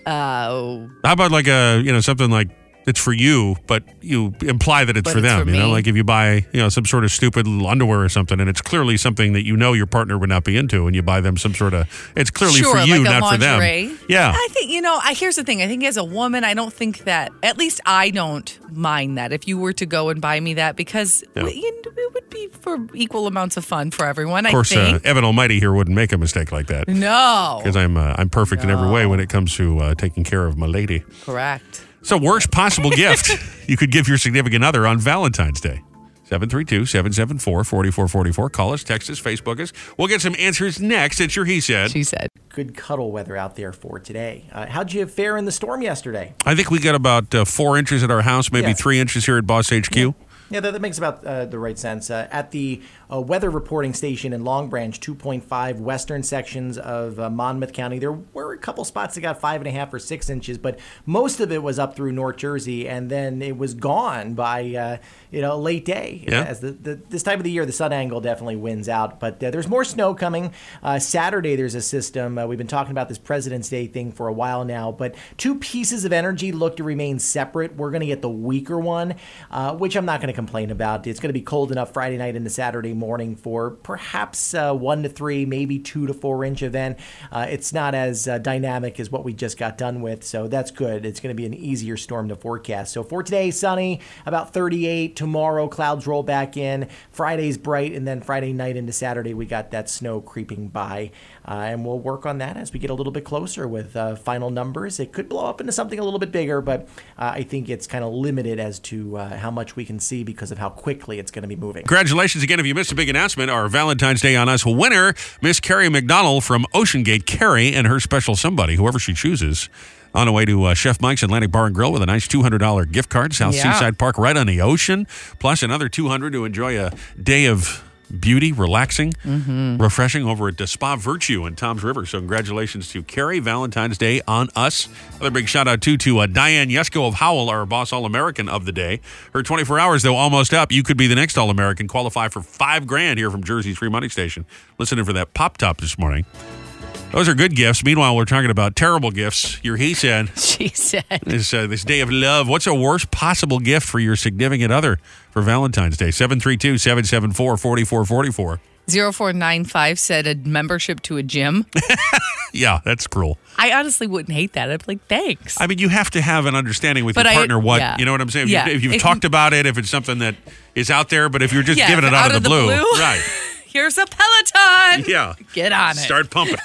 Uh,
How about like a you know something like it's for you, but you imply that it's
But
for
it's
them.
for
you know,
me.
like if you buy you know some sort of stupid little underwear or something, and it's clearly something that you know your partner would not be into, and you buy them some sort of it's clearly
sure,
for you,
like a
not
lingerie.
for them. Yeah.
I think you know. I here's the thing. I think as a woman, I don't think that. At least I don't mind that. If you were to go and buy me that, because
Yeah.
we- you know, it would be for equal amounts of fun for everyone.
Of course,
I think.
uh, Evan Almighty here wouldn't make a mistake like that
no.
because I'm uh, I'm perfect in every way when it comes to uh, taking care of my lady.
Correct.
It's the worst possible gift you could give your significant other on Valentine's Day. 732 774 4444. Call us, text us, Facebook us. We'll get some answers next. It's your He Said.
She Said.
Good cuddle weather out there for today. Uh, how'd you fare in the storm yesterday?
I think we got about uh, four inches at our house, maybe
Yeah.
three inches here at Boss HQ.
Yeah, that, that makes about uh, the right sense. Uh, at the uh, weather reporting station in Long Branch, 2.5 western sections of uh, Monmouth County, there were a couple spots that got five and a half or six inches, but most of it was up through North Jersey, and then it was gone by uh, you know late day.
Yeah.
As the, the this time of the year, the sun angle definitely wins out, but uh, there's more snow coming. Uh, Saturday, there's a system. Uh, we've been talking about this President's Day thing for a while now, but two pieces of energy look to remain separate. We're going to get the weaker one, uh, which I'm not going to complain about. It's going to be cold enough Friday night into Saturday morning for perhaps uh, one to three, maybe two to four inch event. Uh, it's not as uh, dynamic as what we just got done with, so that's good. It's going to be an easier storm to forecast. So for today, sunny, about 38. Tomorrow, clouds roll back in. Friday's bright, and then Friday night into Saturday, we got that snow creeping by. Uh, and we'll work on that as we get a little bit closer with uh, final numbers. It could blow up into something a little bit bigger, but uh, I think it's kind of limited as to uh, how much we can see because of how quickly it's going to be moving.
Congratulations again if you missed a big announcement. Our Valentine's Day on Us winner, Miss Carrie McDonald from Ocean Gate. Carrie and her special somebody, whoever she chooses, on the way to uh, Chef Mike's Atlantic Bar and Grill with a nice $200 gift card, South
Yeah.
Seaside Park, right on the ocean, plus another 200 to enjoy a day of beauty, relaxing, refreshing over at the Spa Virtue in Tom's River. So, congratulations to Carrie. Valentine's Day on us. Another big shout out, too, to uh, Diane Yesko of Howell, our Boss All American of the day. Her 24 hours, though, almost up. You could be the next All American. Qualify for five grand here from Jersey's Free Money Station. Listening for that pop top this morning. Those are good gifts. Meanwhile, we're talking about terrible gifts. Your he said
She said.
this uh, this day of love. What's a worst possible gift for your significant other for Valentine's Day? 732-774-4444.
0495 said a membership to a gym.
Yeah, that's cruel.
I honestly wouldn't hate that. I'd be like, thanks.
I mean, you have to have an understanding with
But
your
I-
partner what,
yeah.
you know what I'm saying? If,
Yeah.
you, if you've
If
talked about it, if it's something that is out there, but if you're just
Yeah,
giving
if
it out,
out of the blue.
right.
Here's a Peloton.
Yeah.
Get on it.
Start pumping.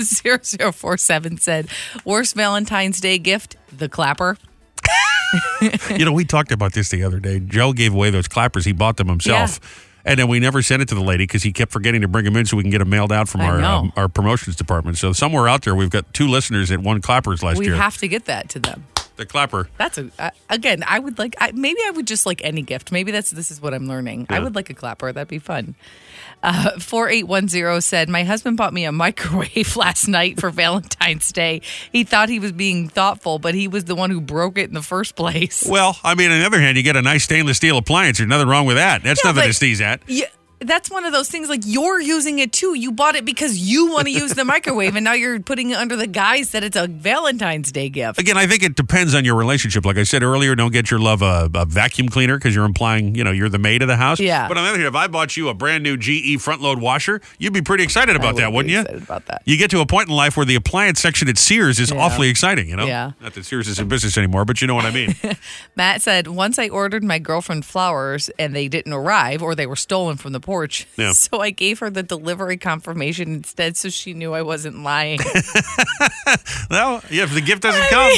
0047 said, worst Valentine's Day gift, the clapper.
you know, we talked about this the other day. Joe gave away those clappers. He bought them himself. And then we never sent it to the lady because he kept forgetting to bring them in so we can get them mailed out from
I
our
know.
um, our promotions department. So somewhere out there, we've got two listeners at one clappers last
we
year.
have to get that to them.
the clapper.
That's a I- again. I would like. I, maybe I would just like any gift. Maybe that's this is what I'm learning. I
Yeah.
would like a clapper. That'd be fun. Uh, Four eight one zero said, "My husband bought me a microwave last night for Valentine's Day. He thought he was being thoughtful, but he was the one who broke it in the first place.
Well, I mean, on the other hand, you get a nice stainless steel appliance. There's nothing wrong with that. That's
Yeah,
nothing to
but-
sneeze at.
Yeah, that's one of those things. Like you're using it too. You bought it because you want to use the microwave, and now you're putting it under the guise that it's a Valentine's Day gift.
Again, I think it depends on your relationship. Like I said earlier, don't get your love a, a vacuum cleaner because you're implying, you know, you're the maid of the house.
Yeah.
But on the other hand, if I bought you a brand new GE front load washer, you'd be pretty excited about that, wouldn't you? Excited
about that.
You get to a point in life where the appliance section at Sears is
Yeah.
awfully exciting. You know.
Yeah.
Not that Sears is in business anymore, but you know what I mean.
Matt said, Once I ordered my girlfriend flowers and they didn't arrive or they were stolen from the porch.
Yeah.
So I gave her the delivery confirmation instead so she knew I wasn't lying.
well, yeah, if the gift doesn't come,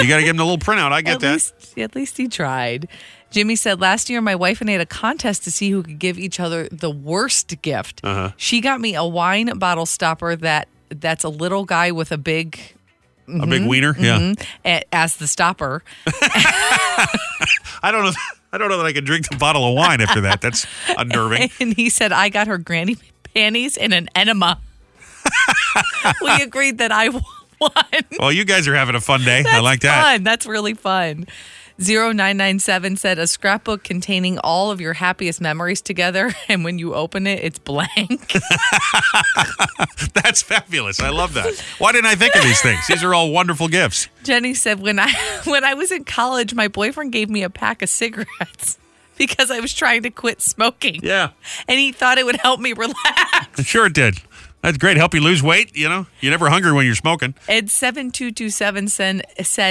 you got to give them a little printout. I get
At
that.
least, at least he tried. Jimmy said, Last year, my wife and I had a contest to see who could give each other the worst gift.
Uh-huh.
She got me a wine bottle stopper that that's a little guy with a big.
A big wiener? Yeah.
yeah. As the stopper.
I don't know. I don't know that I could drink the bottle of wine after that. That's unnerving.
And he said, I got her granny panties and an enema. we agreed that I won.
Well, you guys are having a fun day. I like that.
Fun. That's really fun. 0997 said, a scrapbook containing all of your happiest memories together. And when you open it, it's blank.
That's fabulous. I love that. Why didn't I think of these things? These are all wonderful gifts.
Jenny said, when I, when I was in college, my boyfriend gave me a pack of cigarettes because I was trying to quit smoking.
Yeah.
And he thought it would help me relax.
Sure it did. That's great. Help you lose weight, you know? You're never hungry when you're smoking.
Ed seven two two seven said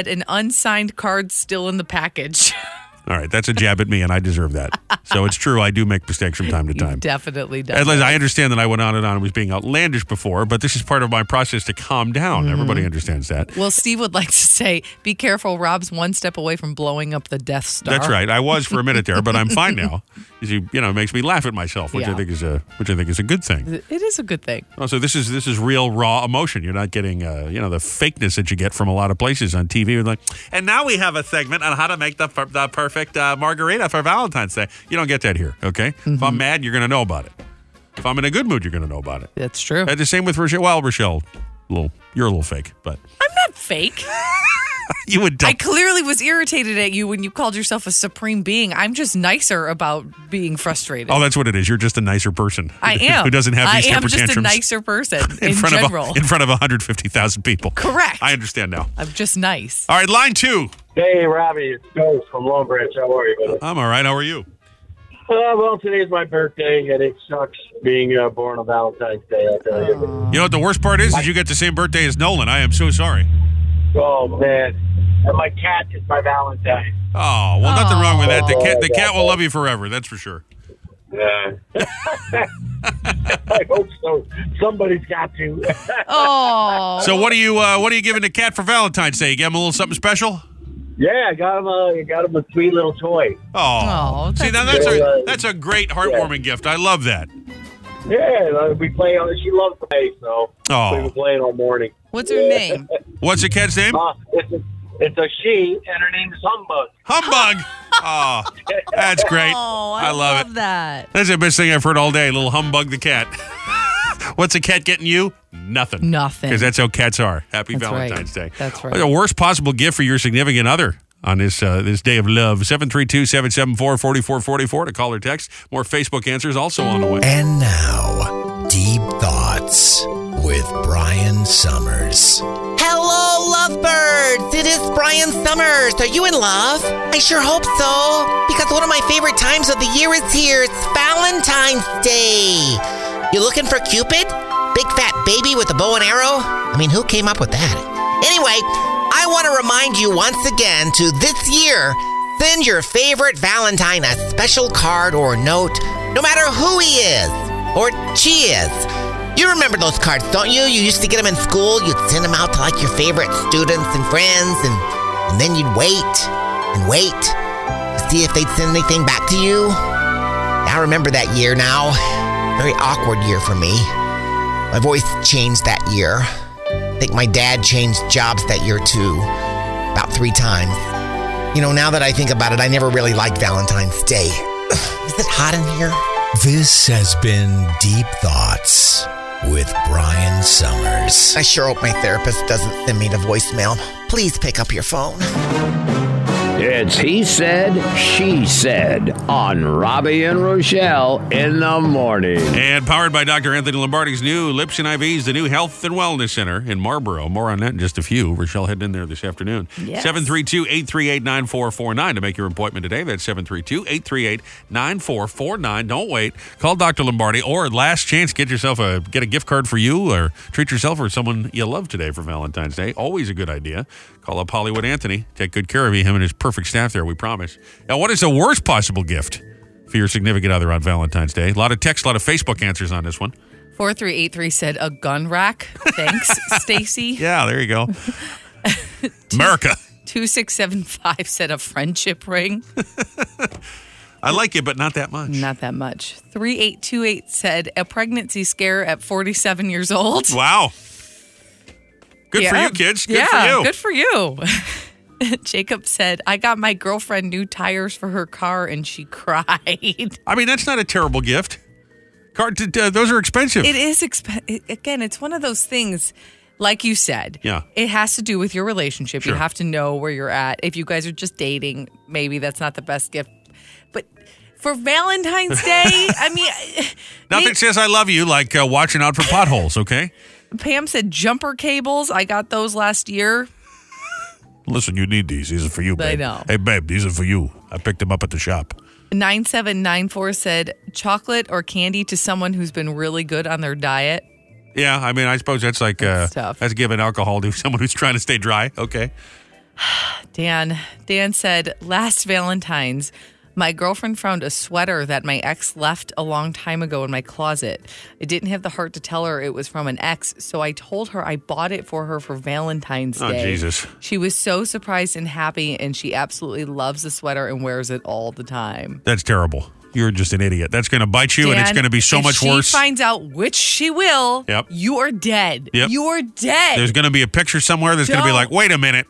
an unsigned card still in the package.
All right, that's a jab at me, and I deserve that. So it's true, I do make mistakes from time to time.
Definitely does.
At least I understand that I went on and on and was being outlandish before, but this is part of my process to calm down.
Mm-hmm.
Everybody understands that.
Well, Steve would like to say, "Be careful, Rob's one step away from blowing up the Death Star."
That's right. I was for a minute there, but I'm fine now. You, you know, it makes me laugh at myself, which I
Yeah.
think is a which I think is a good thing.
It is a good thing.
Oh, so this is this is real raw emotion. You're not getting uh, you know the fakeness that you get from a lot of places on TV. You're like, and now we have a segment on how to make the, per- the perfect uh, margarita for Valentine's Day. You don't get that here, okay? If
Mm-hmm.
I'm mad, you're going to know about it. If I'm in a good mood, you're going to know about it.
That's true.
the same with Rochelle. Well, Rochelle, a little you're a little fake, but
I'm not fake.
you would.
I clearly was irritated at you when you called yourself a supreme being. I'm just nicer about being frustrated.
Oh, that's what it is. You're just a nicer person.
I am.
Who doesn't have these
I am
temper
just a
tantrums
nicer person in,
in front
general.
of a, in front of 150,000 people.
Correct.
I understand now.
I'm just nice.
All right, line two.
Hey, Robbie, it's Ghost from Long Branch. How are you, buddy?
I'm all right. How are you?
Uh, well, today's my birthday, and it sucks being uh, born on Valentine's Day. I tell you.
You know what the worst part is? Is you get the same birthday as Nolan. I am so sorry.
Oh man, and my cat is my Valentine.
Oh well, nothing wrong with that. The cat, the cat will love you forever. That's for sure.
Yeah. I hope so. Somebody's got to.
Oh.
So what are you? Uh, what are you giving the cat for Valentine's Day? You give him a little something special?
Yeah, I got him a I got him a sweet little toy.
Oh,
Oh,
see
that's
now that's
good.
a that's a great heartwarming gift. I love that.
Yeah, uh, we play on. She loves play, so
Oh.
we've been playing all morning.
What's her name?
What's the cat's name?
Uh, it's, It's a she, and her name is Humbug.
Humbug. oh, that's great.
Oh, I,
I love it.
that.
That's the best thing I've heard all day. Little humbug the cat. What's a cat getting you? Nothing.
Nothing.
Because that's how cats are. Happy
That's right.
Valentine's Day.
That's right.
What's The worst possible gift for your significant other on this uh, this day of love. 732 774 4444 to call or text. More Facebook answers also on the way.
And now, Deep Thoughts with Brian Summers.
Hello, lovebirds! It is Brian Summers. Are you in love? I sure hope so, because one of my favorite times of the year is here. It's Valentine's Day. You looking for Cupid? Big fat baby with a bow and arrow? I mean, who came up with that? Anyway, I want to remind you once again to this year send your favorite Valentine a special card or note, no matter who he is or she is. You remember those cards, don't you? You used to get them in school. You'd send them out to like your favorite students and friends, and, and then you'd wait and wait to see if they'd send anything back to you. I remember that year now. Very awkward year for me. My voice changed that year. I think my dad changed jobs that year too, about three times. You know, now that I think about it, I never really liked Valentine's Day. Is it hot in here?
This has been Deep Thoughts with Brian Summers.
I sure hope my therapist doesn't send me to voicemail. Please pick up your phone.
It's He Said, She Said on Robbie and Rochelle in the morning.
And powered by Dr. Anthony Lombardi's new Lipson IVs, the new Health and Wellness Center in Marlboro. More on that in just a few. Rochelle heading in there this afternoon.
Yes.
732 838 9449 to make your appointment today. That's 732 838 9449. Don't wait. Call Dr. Lombardi or last chance, get yourself a get a gift card for you or treat yourself or someone you love today for Valentine's Day. Always a good idea. Call up Hollywood Anthony. Take good care of you, him and his perfect staff there, we promise. Now, what is the worst possible gift? for your significant other on Valentine's Day. A lot of text, a lot of Facebook answers on this one.
4383 said a gun rack. Thanks, Stacy.
Yeah, there you go. America,
2675 said a friendship ring.
I like you, but not that much.
Not that much. 3828 said a pregnancy scare at 47 years old.
Wow. Good for
Yeah.
you, kids. Good
yeah,
for you.
Good for you. Jacob said, I got my girlfriend new tires for her car and she cried.
I mean, that's not a terrible gift. Card to, uh, those are expensive.
It is exp- it- again. It's one of those things, like you said.
Yeah.
it has to do with your relationship.
Sure.
You have to know where you're at. If you guys are just dating, maybe that's not the best gift. But for Valentine's Day, I mean,
Nothing says I love you like uh, watching out for potholes, okay?
Pam said jumper cables. I got those last year.
Listen, you need these. These are for you,
I know.
Hey, babe, these are for you. I picked them up at the shop.
Nine seven nine four said chocolate or candy to someone who's been really good on their diet.
Yeah, I mean, I suppose that's like
That's
uh,
tough.
that's giving alcohol to someone who's trying to stay dry. Okay.
Dan Dan said last Valentine's my girlfriend found a sweater that my ex left a long time ago in my closet. I didn't have the heart to tell her it was from an ex, so I told her I bought it for her for Valentine's
Oh,
Day.
Jesus.
She was so surprised and happy and she absolutely loves the sweater and wears it all the time.
That's terrible. You're just an idiot. That's going to bite you, and it's
Dan,
going to be so
if
much worse.
She finds out which she will.
Yep.
You are dead.
Yep.
You are dead.
There's going to be a picture somewhere that's going to be
Don't.
like, wait a minute.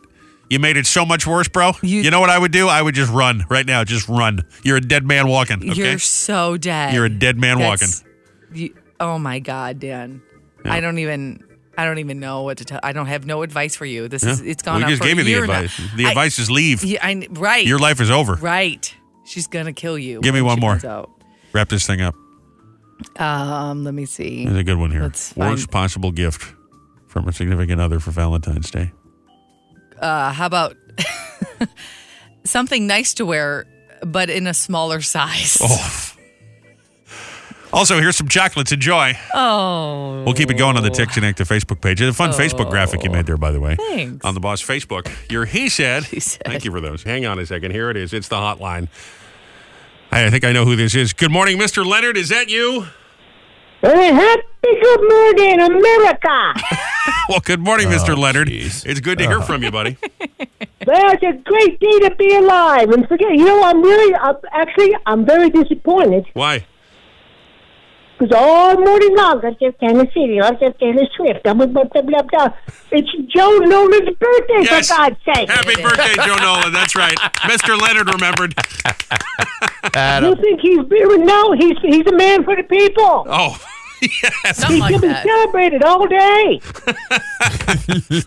You made it so much worse, bro. You, know what I would do? I would just run right now. Just run. You're a dead man walking. Okay.
You're so dead.
You're a dead man
That's- you- oh my God, Dan. I don't even. I don't even know what to tell. I don't have no advice for you. This is
Yeah.
it's gone.
We
on
just
for a
gave you the
year now.
advice. The
I-
advice is leave.
Yeah, I, right.
Your life is over.
Right. She's gonna kill you.
Give me
when
one
she
more.
finds out.
Wrap this thing up.
Um, let me see.
There's a good one here.
Let's find-
Worst possible gift from a significant other for Valentine's Day.
Uh, how about something nice to wear, but in a smaller size?
Oh. Also, here's some chocolates. Enjoy.
Oh.
We'll keep it going on the Tech Connect to Facebook page. It's a fun Facebook graphic you made there, by the way.
Thanks.
On the boss Facebook. Your he said. He said. Thank you for those. Hang on a second. Here it is. It's the hotline. I I think I know who this is. Good morning, Mr. Leonard. Is that you?
Hey, happy good morning, America.
Well, good morning, Mr. Leonard. It's good to hear from you, buddy.
That's a great day to be alive. And forget, you know, I'm really, uh, actually, I'm very disappointed
Why?
Because all morning long, I give Taylor City, I give Taylor Swift, I'm blah, blah, blah, blah. It's Joe Nolan's birthday,
Yes.
for God's sake.
Happy birthday, Joe Nolan. That's right. Mr. Leonard remembered.
You think he's beer? No, he's he's a man for the people.
Oh, yes.
he should be celebrated all day.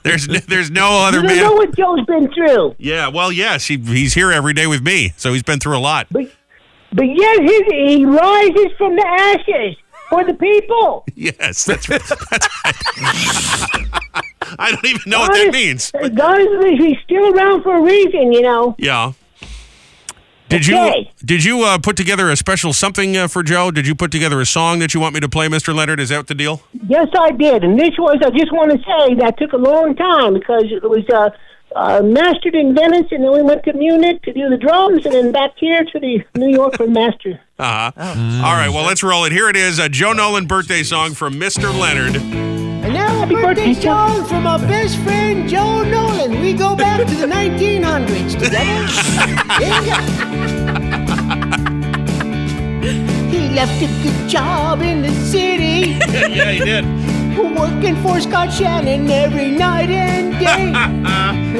There's n- there's no other
you don't know
man.
what Joe's been through,
Yeah, well, yes, he, he's here every day with me, so he's been through a lot.
but yet his, he rises from the ashes for the people.
Yes, that's, that's right. I don't even know what that means.
God is he's still around for a reason, you know.
Yeah. Did you
Okay.
did you uh, put together a special something uh, for Joe? Did you put together a song that you want me to play, Mr. Leonard? Is that the deal?
Yes, I did, and this was. I just want to say that took a long time because it was uh, uh, mastered in Venice, and then we went to Munich to do the drums, and then back here to the New York for master.
Uh-huh. All right, well, let's roll it. Here it is, a Joe Nolan birthday song from Mr. Leonard.
And now a birthday song from our best friend Joe Nolan. We go back to the 1900s together. Here we go. He left a good job in the city.
Yeah, he did.
Working for Scott Shannon every night and day.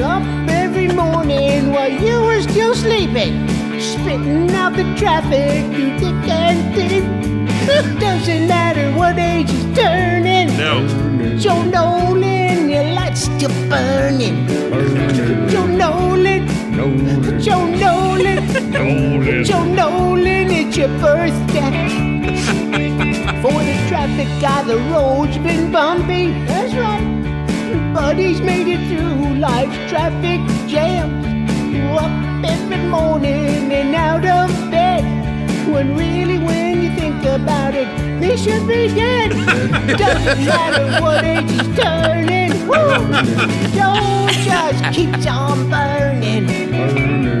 Up every morning while you were still sleeping. Spitting out the traffic through thick and thin. Doesn't matter what age he's turning. Joe Nolan, your light's still burning. Joe Nolan, Joe Nolan, Joe Nolan, it's your birthday. For the traffic guy, the road's been bumpy. That's right. But he's made it through life's traffic jams. Up every morning and out of bed. When really, when you think about it, they should be dead. Doesn't matter what age he's turning. Woo! Joe just keeps on burning.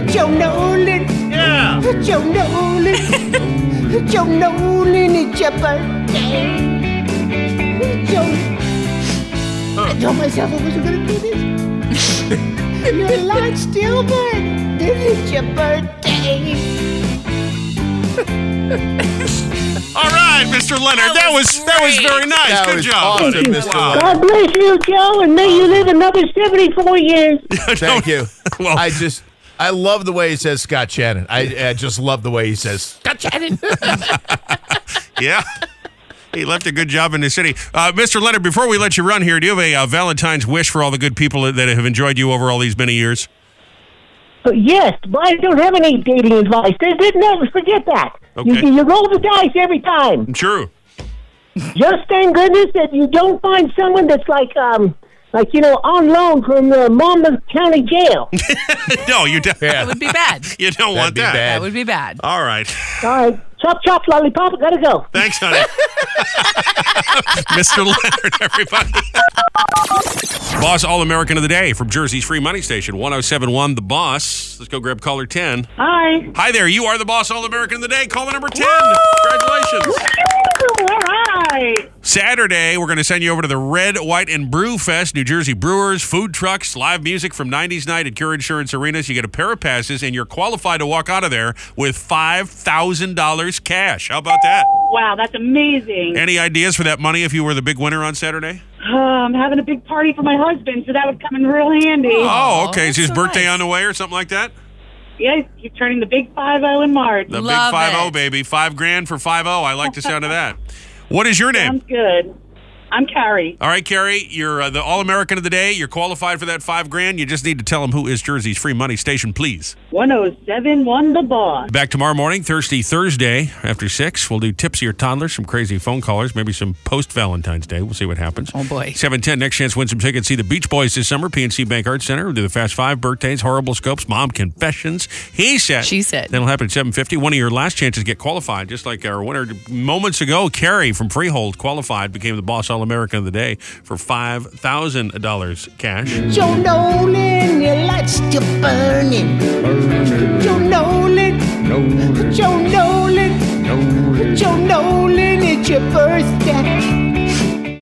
Joe Nolan. Yeah. Joe Nolan. Joe Nolan, it's your birthday. Joe. I told myself I wasn't going to do this. your light's still burning. It's your birthday.
All right, Mr. Leonard, that was that was, very nice.
That
Good
was
job,
awesome,
buddy.
Mr.
Wow.
God bless you, Joe, and may you live another seventy-four years.
Thank you. I just, I love the way he says Scott Shannon. I, I just love the way he says.
Gotcha. I didn't.
Yeah. He left a good job in the city. Uh, Mr. Leonard, before we let you run here, do you have a uh, Valentine's wish for all the good people that that have enjoyed you over all these many years?
But yes, but I don't have any dating advice. They did never forget that. You,
Okay.
you roll the dice every time.
True.
Just thank goodness that you don't find someone that's like, um, like you know, on loan from the Monmouth County Jail.
no, you don't. That
would be bad.
You don't want that.
That would be bad.
All right.
All right, chop chop lollipop. I gotta go.
Thanks, honey. Mr. Leonard, everybody. Boss All American of the Day from Jersey's Free Money Station, 1071 The Boss. Let's go grab caller 10.
Hi.
Hi there. You are the Boss All American of the Day. Caller number 10. Congratulations.
All right.
Saturday, we're going to send you over to the Red, White, and Brew Fest, New Jersey Brewers, food trucks, live music from 90s Night at Cure Insurance Arenas. You get a pair of passes, and you're qualified to walk out of there with $5,000 cash. How about that?
Wow, that's amazing.
Any ideas for that money if you were the big winner on Saturday?
Uh, I'm having a big party for my husband, so that would come in real handy.
Oh, okay. Is his birthday on the way or something like that?
Yeah, he's turning the big five zero in March.
The big five zero, baby. Five grand for five zero. I like the sound of that. What is your name?
Sounds good. I'm Carrie.
All right, Carrie, you're uh, the All American of the day. You're qualified for that five grand. You just need to tell them who is Jersey's free money station, please.
1071 The Boss.
Back tomorrow morning, Thirsty Thursday after six. We'll do tipsy or toddlers, some crazy phone callers, maybe some post Valentine's Day. We'll see what happens. Oh boy. Seven ten. Next chance win some tickets. See the Beach Boys this summer. PNC Bank Arts Center. We'll do the Fast Five birthdays, horrible scopes, mom confessions. He said. She said. That'll happen at seven fifty. One of your last chances get qualified, just like our winner moments ago. Carrie from Freehold qualified, became the Boss All American of the day for five thousand dollars cash.
Joe Nolan, your light's still burning. Joe Nolan. Joe